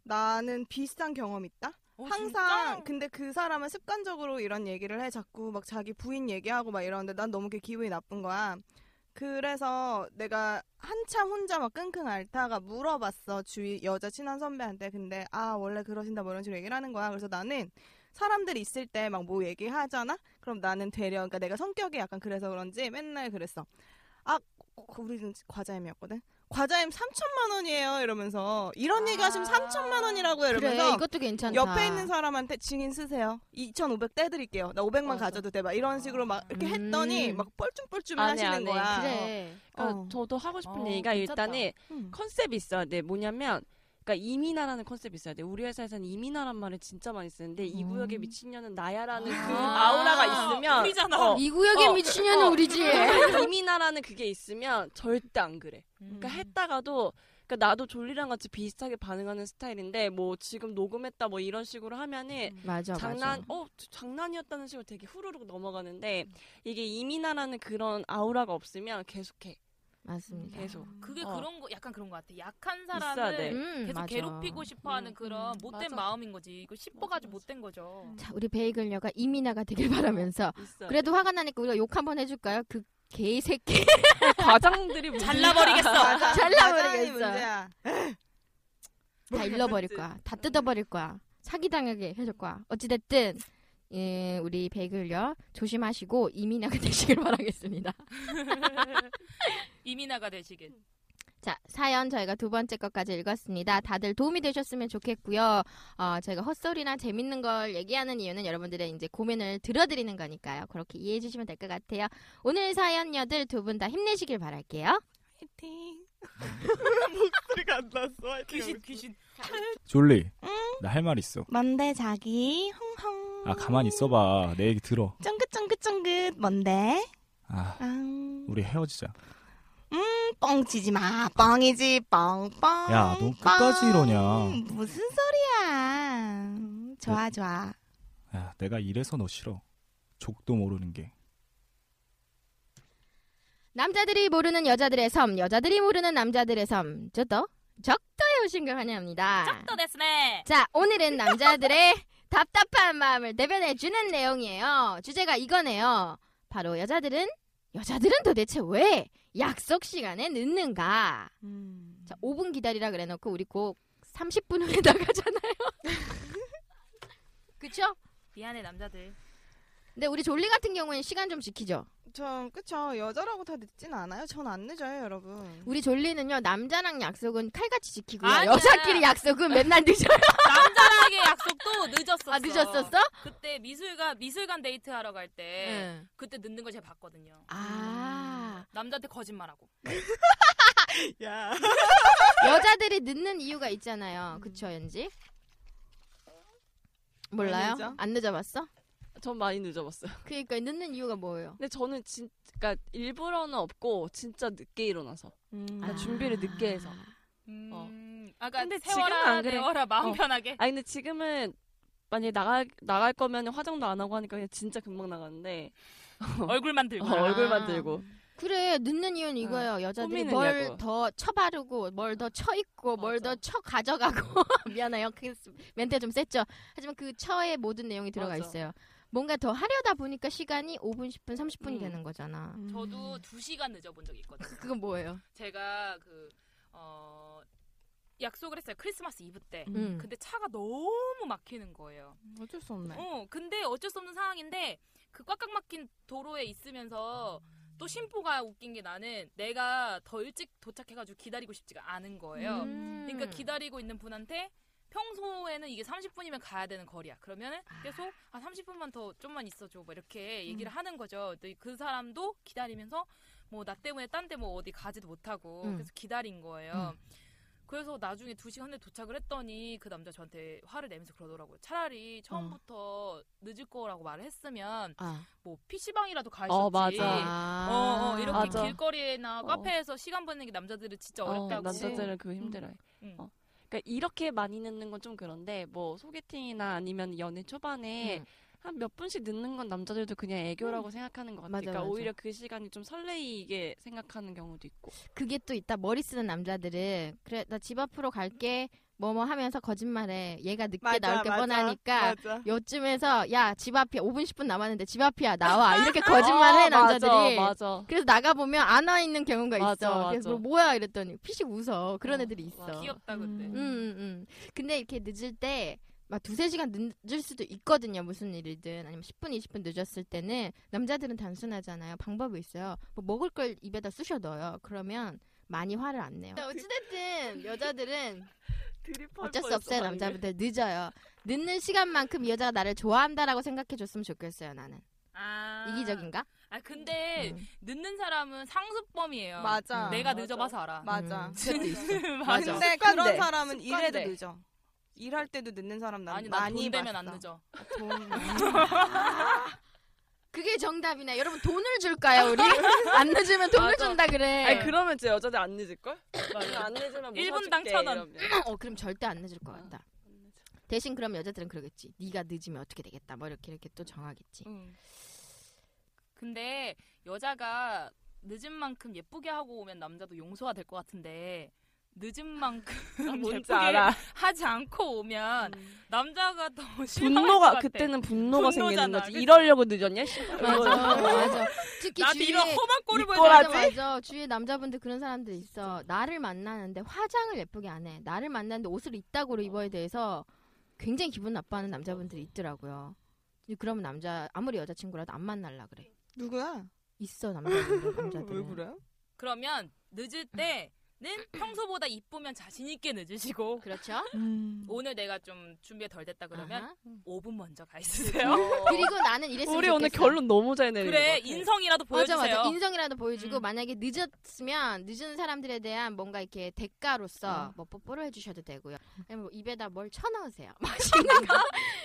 S4: 나는 비슷한 경험 있다.
S5: 어,
S4: 항상
S5: 진짜?
S4: 근데 그 사람은 습관적으로 이런 얘기를 해 자꾸 막 자기 부인 얘기하고 막 이러는데 난 너무 그 기분이 나쁜 거야. 그래서 내가 한참 혼자 막 끙끙 앓다가 물어봤어 주위 여자 친한 선배한테 근데 아 원래 그러신다 뭐 이런 식으로 얘기를 하는 거야 그래서 나는 사람들 있을 때 막 뭐 얘기하잖아 그럼 나는 되려 그러니까 내가 성격이 약간 그래서 그런지 맨날 그랬어 아 그- 우리는 과자임이었거든 과자임 3천만 원이에요 이러면서 이런
S5: 아.
S4: 얘기 하시면 3천만 원이라고 요
S3: 그래,
S4: 이러면서
S3: 이것도 괜찮다.
S4: 옆에 있는 사람한테 증인 쓰세요. 2,500 떼드릴게요. 나 500만
S5: 맞아.
S4: 가져도 돼. 막 이런 식으로 막 이렇게
S3: 음.
S4: 했더니 막 뻘쭘뻘쭘
S6: 안 해,
S4: 하시는
S6: 안 해.
S4: 거야.
S3: 그래.
S6: 그러니까
S4: 어.
S6: 저도 하고 싶은
S5: 어,
S6: 얘기가
S5: 괜찮다.
S6: 일단은
S4: 음.
S6: 컨셉이 있어야 돼. 뭐냐면 그러니까 이민아라는 컨셉이 있어야 돼. 우리 회사에서는 이민아란 말을 진짜 많이 쓰는데 이
S4: 음.
S6: 구역의 미친년은 나야라는 그
S5: 아,
S6: 아우라가 있으면
S5: 우리잖아.
S6: 어,
S3: 이 구역의
S6: 어,
S3: 미친년은
S6: 어.
S3: 우리지.
S6: 이민아라는 그게 있으면 절대 안 그래.
S5: 음.
S6: 그러니까 했다가도 그러니까 나도 졸리랑 같이 비슷하게 반응하는 스타일인데 뭐 지금 녹음했다 뭐 이런 식으로 하면은
S3: 맞아,
S6: 장난
S3: 맞아.
S6: 어 저- 장난이었다는 식으로 되게 후루룩 넘어가는데 이게 이민아라는 그런 아우라가 없으면 계속해
S3: 맞습니다.
S6: 계속
S5: 그게
S6: 어.
S5: 그런 거 약간 그런 거 같아. 약한
S6: 있어야 돼.
S5: 사람을
S3: 음,
S5: 계속
S3: 맞아.
S5: 괴롭히고 싶어하는
S6: 음,
S5: 그런
S6: 음,
S5: 못된
S6: 맞아.
S5: 마음인 거지. 이거 씹어가지고
S6: 맞아, 음. 맞아.
S5: 못된 거죠.
S3: 자, 우리 베이글녀가 이민아가 되길 바라면서
S6: 있어.
S3: 그래도 화가 나니까 우리가 욕 한번 해줄까요? 그 개새끼
S6: 과장들이
S5: 잘라버리겠어.
S4: 과자임이
S3: 잘라버리겠어.
S4: 문제야.
S3: 다 일러버릴 거야. 다 뜯어버릴 거야. 사기당하게 해줄 거야. 어찌됐든 예, 우리 베이글녀 조심하시고 이민아가 되시길 바라겠습니다.
S5: 이민아가 되시길.
S3: 자, 사연 저희가 두 번째 것까지 읽었습니다. 다들 도움이 되셨으면 좋겠고요. 어, 저희가 헛소리나 재밌는 걸 얘기하는 이유는 여러분들의 이제 고민을 들어드리는 거니까요. 그렇게 이해해 주시면 될 것 같아요. 오늘 사연녀들 두 분 다 힘내시길 바랄게요.
S4: 화이팅.
S6: 소리가 안 났어.
S5: 귀신 귀신.
S7: 졸리 나 할 말 있어
S4: 뭔데 자기? 흥흥.
S7: 아 가만히 있어봐 내 얘기 들어
S4: 쫑긋쫑긋쫑긋. 뭔데?
S7: 아
S4: 앙.
S7: 우리 헤어지자
S4: 뻥치지 마. 뻥이지. 뻥뻥.
S7: 야, 너 끝까지
S4: 뻥.
S7: 이러냐.
S4: 무슨 소리야.
S7: 네.
S4: 좋아 좋아.
S7: 야 내가 이래서 너 싫어 족도 모르는 게
S3: 남자들이 모르는 여자들의 섬, 여자들이 모르는 남자들의 섬. 저도 적도에 오신 걸 환영합니다.
S5: 또 됐네.
S3: 자, 오늘은 남자들의 답답한 마음을 대변해주는 내용이에요. 주제가 이거네요. 바로 여자들은, 여자들은 도대체 왜 약속 시간에 늦는가? 자, 5분 기다리라 그래놓고 우리 곧 30분 후에 나가잖아요. 그쵸?
S5: 미안해 남자들.
S3: 근데 우리 졸리 같은 경우에는 시간 좀 지키죠.
S4: 전 그쵸 여자라고 다 늦진 않아요. 전 안 늦어요 여러분.
S3: 우리 졸리는요, 남자랑 약속은 칼같이 지키고요.
S5: 아니야. 네.
S3: 여자끼리 약속은 맨날 늦어요.
S5: 남자랑의 약속도 늦었었어.
S3: 아, 늦었었어?
S5: 그때 미술관 미술관 데이트 하러 갈 때
S3: 응.
S5: 그때 늦는 걸 제가 봤거든요.
S3: 아.
S5: 남자한테 거짓말하고.
S4: 야.
S5: 음.
S3: 여자들이 늦는 이유가 있잖아요. 그쵸, 연지? 몰라요?
S4: 안 늦어?
S3: 안 늦어봤어?
S6: 전 많이 늦어봤어요.
S3: 그니까 늦는 이유가 뭐예요?
S6: 근데 저는 진, 그러니까 일부러는 없고 진짜 늦게 일어나서
S4: 음.
S3: 아.
S6: 그러니까 준비를 늦게 해서.
S5: 음,
S6: 어.
S5: 아까
S6: 근데 지금은
S5: 세워라
S6: 안 그래.
S5: 내워라 마음
S6: 어.
S5: 편하게.
S6: 아니 근데 지금은 만약에 나갈 나갈 거면 화장도 안 하고 하니까 그냥 진짜 금방 나가는데
S5: 얼굴만
S6: 어,
S5: 들고.
S6: 얼굴만 들고
S3: 그래, 늦는 이유는 이거예요. 여자들이 뭘
S6: 꾸미느냐고.
S3: 더 쳐바르고, 뭘 더 쳐입고, 뭘 더
S6: 맞아.
S3: 쳐가져가고. 미안해요. 그 멘트가 좀 셌죠? 하지만 그 처의 모든 내용이 들어가
S6: 맞아.
S3: 있어요. 뭔가 더 하려다 보니까 시간이 5분, 10분, 30분이
S6: 음.
S3: 되는 거잖아.
S5: 저도 두 시간 늦어본 적이 있거든요.
S3: 그건 뭐예요?
S5: 제가 그 어, 약속을 했어요. 크리스마스 이브 때.
S3: 음.
S5: 근데 차가 너무 막히는 거예요.
S4: 음, 어쩔 수 없네.
S5: 어, 근데 어쩔 수 없는 상황인데 그 꽉꽉 막힌 도로에 있으면서 또 심포가 웃긴 게 나는 내가 더 일찍 도착해가지고 기다리고 싶지가 않은 거예요.
S3: 음.
S5: 그러니까 기다리고 있는 분한테 평소에는 이게 30분이면 가야 되는 거리야. 그러면은 계속 아 30분만 더 좀만 있어줘, 뭐 이렇게 얘기를
S6: 음.
S5: 하는 거죠. 근데 그 사람도 기다리면서 뭐 나 때문에 딴 데 뭐 어디 가지도 못하고
S3: 음.
S5: 그래서 기다린 거예요.
S6: 음.
S5: 그래서 나중에 두 시간 후에 도착을 했더니 그 남자 저한테 화를 내면서 그러더라고요. 차라리 처음부터
S6: 어.
S5: 늦을 거라고 말을 했으면
S3: 아.
S5: 뭐 PC방이라도 가 있었지.
S6: 어, 맞아.
S5: 어, 어, 이렇게
S6: 맞아.
S5: 길거리나
S6: 어.
S5: 카페에서 시간 보내는 게 남자들은 진짜
S6: 어,
S5: 어렵다고.
S6: 남자들은 그거 힘들어요.
S5: 응.
S6: 어. 그러니까 이렇게 많이 늦는 건 좀 그런데 뭐 소개팅이나 아니면 연애 초반에
S3: 음.
S6: 한 몇 분씩 늦는 건 남자들도 그냥 애교라고 생각하는 것 같아요.
S3: 맞아,
S6: 그러니까
S3: 맞아.
S6: 오히려 그 시간이 좀 설레이게 생각하는 경우도 있고.
S3: 그게 또 있다. 머리 쓰는 남자들은 그래 나 집 앞으로 갈게 뭐뭐 하면서 거짓말해. 얘가 늦게 나올 게 뻔하니까
S4: 맞아.
S3: 요쯤에서 야 집 앞이야 5분 10분 남았는데 집 앞이야 나와 이렇게 거짓말해
S6: 아,
S3: 남자들이.
S6: 맞아, 맞아.
S3: 그래서 나가 보면 안 와 있는 경우가
S6: 맞아,
S3: 있어. 그래서
S6: 맞아.
S3: 뭐, 뭐야 이랬더니 피식 웃어. 그런
S6: 어,
S3: 애들이 있어.
S6: 맞아.
S5: 귀엽다 근데.
S3: 음, 음, 음. 근데 이렇게 늦을 때, 막 두세 시간 늦을 수도 있거든요. 무슨 일이든. 아니면 10분, 20분 늦었을 때는 남자들은 단순하잖아요. 방법이 있어요. 뭐 먹을 걸 입에다 쑤셔 넣어요. 그러면 많이 화를 안 내요. 어찌됐든 여자들은 어쩔 수 없어요. 남자분들 늦어요. 늦는 시간만큼 이 여자가 나를 좋아한다라고 생각해줬으면 좋겠어요. 나는.
S5: 아.
S3: 이기적인가?
S5: 아 근데
S3: 음.
S5: 늦는 사람은 상습범이에요.
S4: 맞아.
S5: 음. 내가
S6: 맞아.
S5: 늦어봐서 알아.
S4: 맞아.
S3: 음. 맞아.
S5: 맞아.
S4: 근데 그런
S6: 습관돼.
S4: 사람은 일해도
S6: 습관돼.
S4: 늦어. 일할 때도 늦는 사람 난
S5: 아니 나
S4: 많이
S5: 돈 되면 안
S4: 봤어.
S5: 늦어.
S4: 돈.
S3: 그게 정답이네. 여러분 돈을 줄까요 우리? 안 늦으면 돈을
S6: 맞아.
S3: 준다 그래.
S6: 아니 그러면 제 여자들 안 늦을 걸?
S5: 맞아.
S6: 네. 안 늦으면 뭐
S5: 1분당
S6: 사줄게,
S5: 천 원.
S6: 이러면.
S3: 어 그럼 절대 안 늦을 것 같다. 대신 그럼 여자들은 그러겠지. 네가 늦으면 어떻게 되겠다. 뭐 이렇게 이렇게 또 정하겠지.
S4: 응.
S6: 음.
S5: 근데 여자가 늦은 만큼 예쁘게 하고 오면 남자도 용서가 될 것 같은데 늦은 만큼
S6: 아,
S5: 예쁘게
S6: 뭔지 알아. 음.
S5: 하지 않고 오면 남자가 더 실망할 것
S6: 분노가
S5: 같아.
S6: 그때는 분노가 생기는
S5: 분노잖아,
S6: 거지.
S5: 그치?
S6: 이러려고 늦었냐?
S3: 맞아 맞아. 특히
S5: 나한테
S3: 주위에
S5: 이런 험한 꼴을 보여.
S3: 맞아 맞아. 주위에 남자분들 그런 사람들 있어. 나를 만나는데 화장을 예쁘게 안 해. 나를 만나는데 옷을 이따구로 입어야 돼서 굉장히 기분 나빠하는 남자분들이 있더라고요. 근데 그러면 남자 아무리 여자친구라도 안 만날라 그래.
S4: 누구야?
S3: 있어 남자분들 남자들.
S4: 왜 그래?
S5: 그러면 늦을 때는 평소보다 이쁘면 자신 있게 늦으시고
S3: 그렇죠.
S4: 음.
S5: 오늘 내가 좀 준비가 덜 됐다 그러면
S3: 아하.
S5: 5분 먼저 가 있으세요.
S3: 그리고 나는 이랬으면
S6: 우리 오늘
S3: 좋겠어.
S6: 결론 너무 잘 내리는
S5: 그래
S6: 것 같아.
S5: 인성이라도 보여주세요.
S3: 맞아 맞아 인성이라도 보여주고
S5: 음.
S3: 만약에 늦었으면 늦은 사람들에 대한 뭔가 이렇게
S5: 음.
S3: 대가로서 뭐 뽀뽀를 해주셔도 되고요 아니면 뭐 입에다 뭘 쳐넣으세요 맛있는 거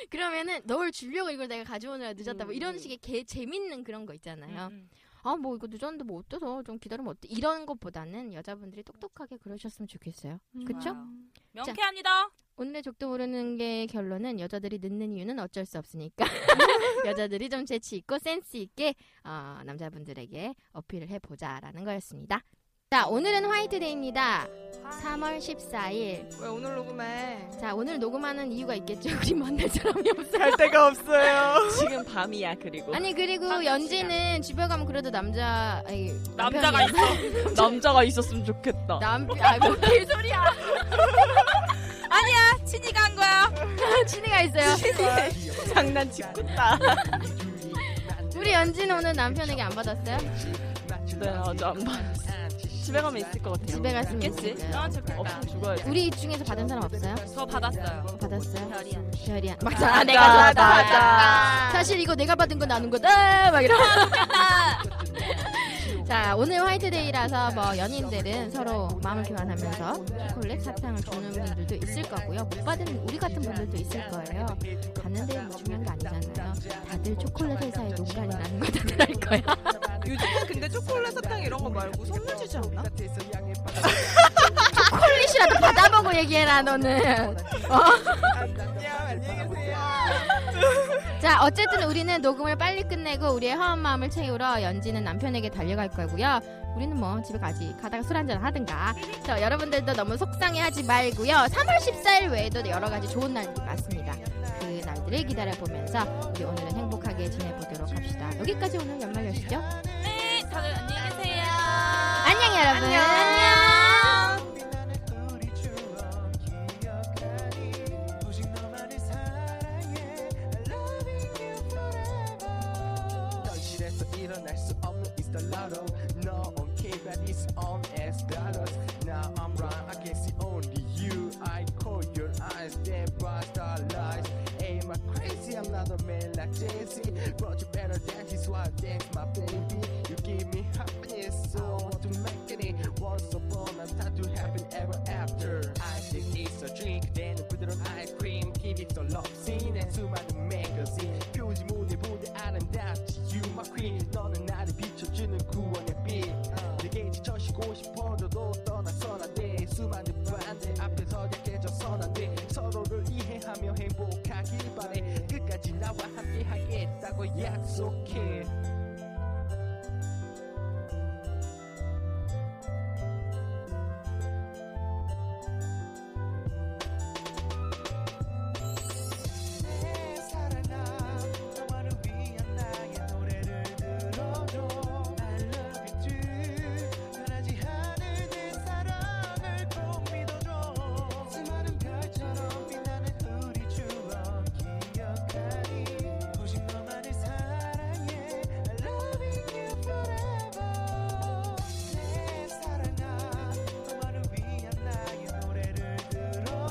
S3: 그러면은 널 주려고 이걸 내가 가져오느라 늦었다 뭐 이런
S6: 음.
S3: 식의 개 재밌는 그런 거 있잖아요
S5: 음, 음.
S3: 아 뭐 이거 늦었는데 뭐 어때서 좀 기다리면 어때 이런 것보다는 여자분들이 똑똑하게 그러셨으면 좋겠어요 그쵸?
S4: 음.
S5: 좋아요. 명쾌합니다.
S3: 오늘의 족도 모르는 게 결론은 여자들이 늦는 이유는 어쩔 수 없으니까 여자들이 좀 재치 있고 센스 있게 어, 남자분들에게 어필을 해보자라는 거였습니다. 자 오늘은 화이트데이입니다. 3월 14일.
S4: 왜 오늘 녹음해?
S3: 자 오늘 녹음하는 이유가 있겠죠. 우리 만날 사람이 없어요.
S4: 갈 데가 없어요.
S6: 지금 밤이야 그리고
S3: 아니 그리고
S5: 방금
S3: 연지는 집에 가면 그래도 남자 아니,
S5: 남자가
S3: 남편이-
S5: 있어.
S6: 남자가 있었으면 좋겠다.
S3: 남편 아뭐 개소리야. 아니야 친이가 한 거야. 친이가 있어요.
S4: 장난치고.
S6: 네,
S3: 우리 연지는 오늘 남편에게 안 받았어요?
S6: 네, 아주 안 봐. 집에 가면 있을 것 같아요.
S3: 집에 갔으면
S6: 있겠지?
S3: 좋겠어요.
S5: 아, 좋겠다.
S6: 없으면 죽어야지.
S3: 우리 이 중에서 받은 사람 없어요?
S5: 저 받았어요.
S3: 받았어요?
S5: 별이야.
S3: 별이야. 맞아, 아, 내가 좋았다. 아, 사실 이거 내가 받은 거 나눈 거다. 막 이러. 자, 오늘 화이트데이라서 뭐 연인들은 서로 마음을 교환하면서 초콜릿, 사탕을 주는 분들도 있을 거고요. 못 받은 우리 같은 분들도 있을 거예요. 받는데 뭐 중요한 거 아니잖아요. 다들 초콜릿 회사에 농간이 나는 거 다들 알 거야.
S4: 요즘은 근데 초콜릿 사탕 이런 거 말고 선물 주지 않나?
S3: 초콜릿이라도 받아보고 얘기해라, 너는. 어?
S4: 안녕히 계세요.
S3: 자, 어쨌든 우리는 녹음을 빨리 끝내고 우리의 허한 마음을 채우러 연지는 남편에게 달려갈 거고요. 우리는 뭐 집에까지 가다가 술 한잔 하든가. 자, 여러분들도 너무 속상해하지 말고요. 3월 14일 외에도 여러 가지 좋은 날이 많습니다. 그 날들을 기다려 보면서 우리 오늘은 행복하게 지내보도록 합시다. 여기까지 오늘 연말 여시죠?
S5: 네, 다들 안녕히 계세요.
S3: 안녕 여러분. 안녕.
S8: 현실에서 일어날 수 없는 is the lotto No one care that it's on as dollars Now I'm right, I can see only you I call your eyes, they bust our lies Am I crazy? I'm not a man like Jay-Z But you better dance, it's why I dance my baby You give me happiness, so I want to make it Once upon a time to happen ever after I think it's a drink, then 부드러운 아이스크림 TV 또 럽신에 수많은 매거진 표지 무늬 무대 아름답지 You my queen 너는 나를 비춰주는 구원의 빛 내게 지쳐시고 싶어도 떠나선 안돼 수많은 반대 앞에서 약해져선 안돼 서로를 이해하며 행복하길 바래 끝까지 나와 함께 하겠다고 약속해 내 사랑아 너만을 위한 나의 노래를 들어줘 I love you too 변하지 않을 내 사랑을 꼭 믿어줘 수많은 별처럼 빛나는 우리 추억 기억하니 오직 너만을 사랑해 I love you forever 내 사랑아 너만을 위한 나의 노래를 들어줘 I love you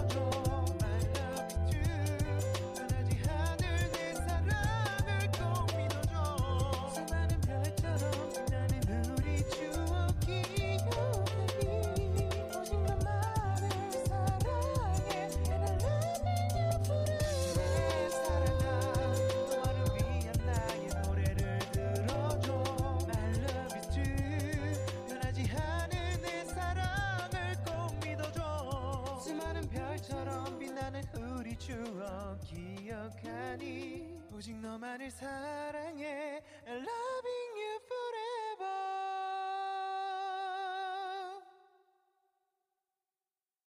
S8: too 변하지 않을 내 사랑을 꼭 믿어줘 수많은 별처럼 빛나는 우리 추억 기억하니 오직 너만을 사랑해 And I love you forever 내 사랑아 너만을 위한 나의 노래를 들어줘 I love you too 변하지 않을 내 사랑을 꼭 믿어줘 수많은 별처럼 빛나는 우리 추억 기억하니 오직 너만을 사랑해 I loving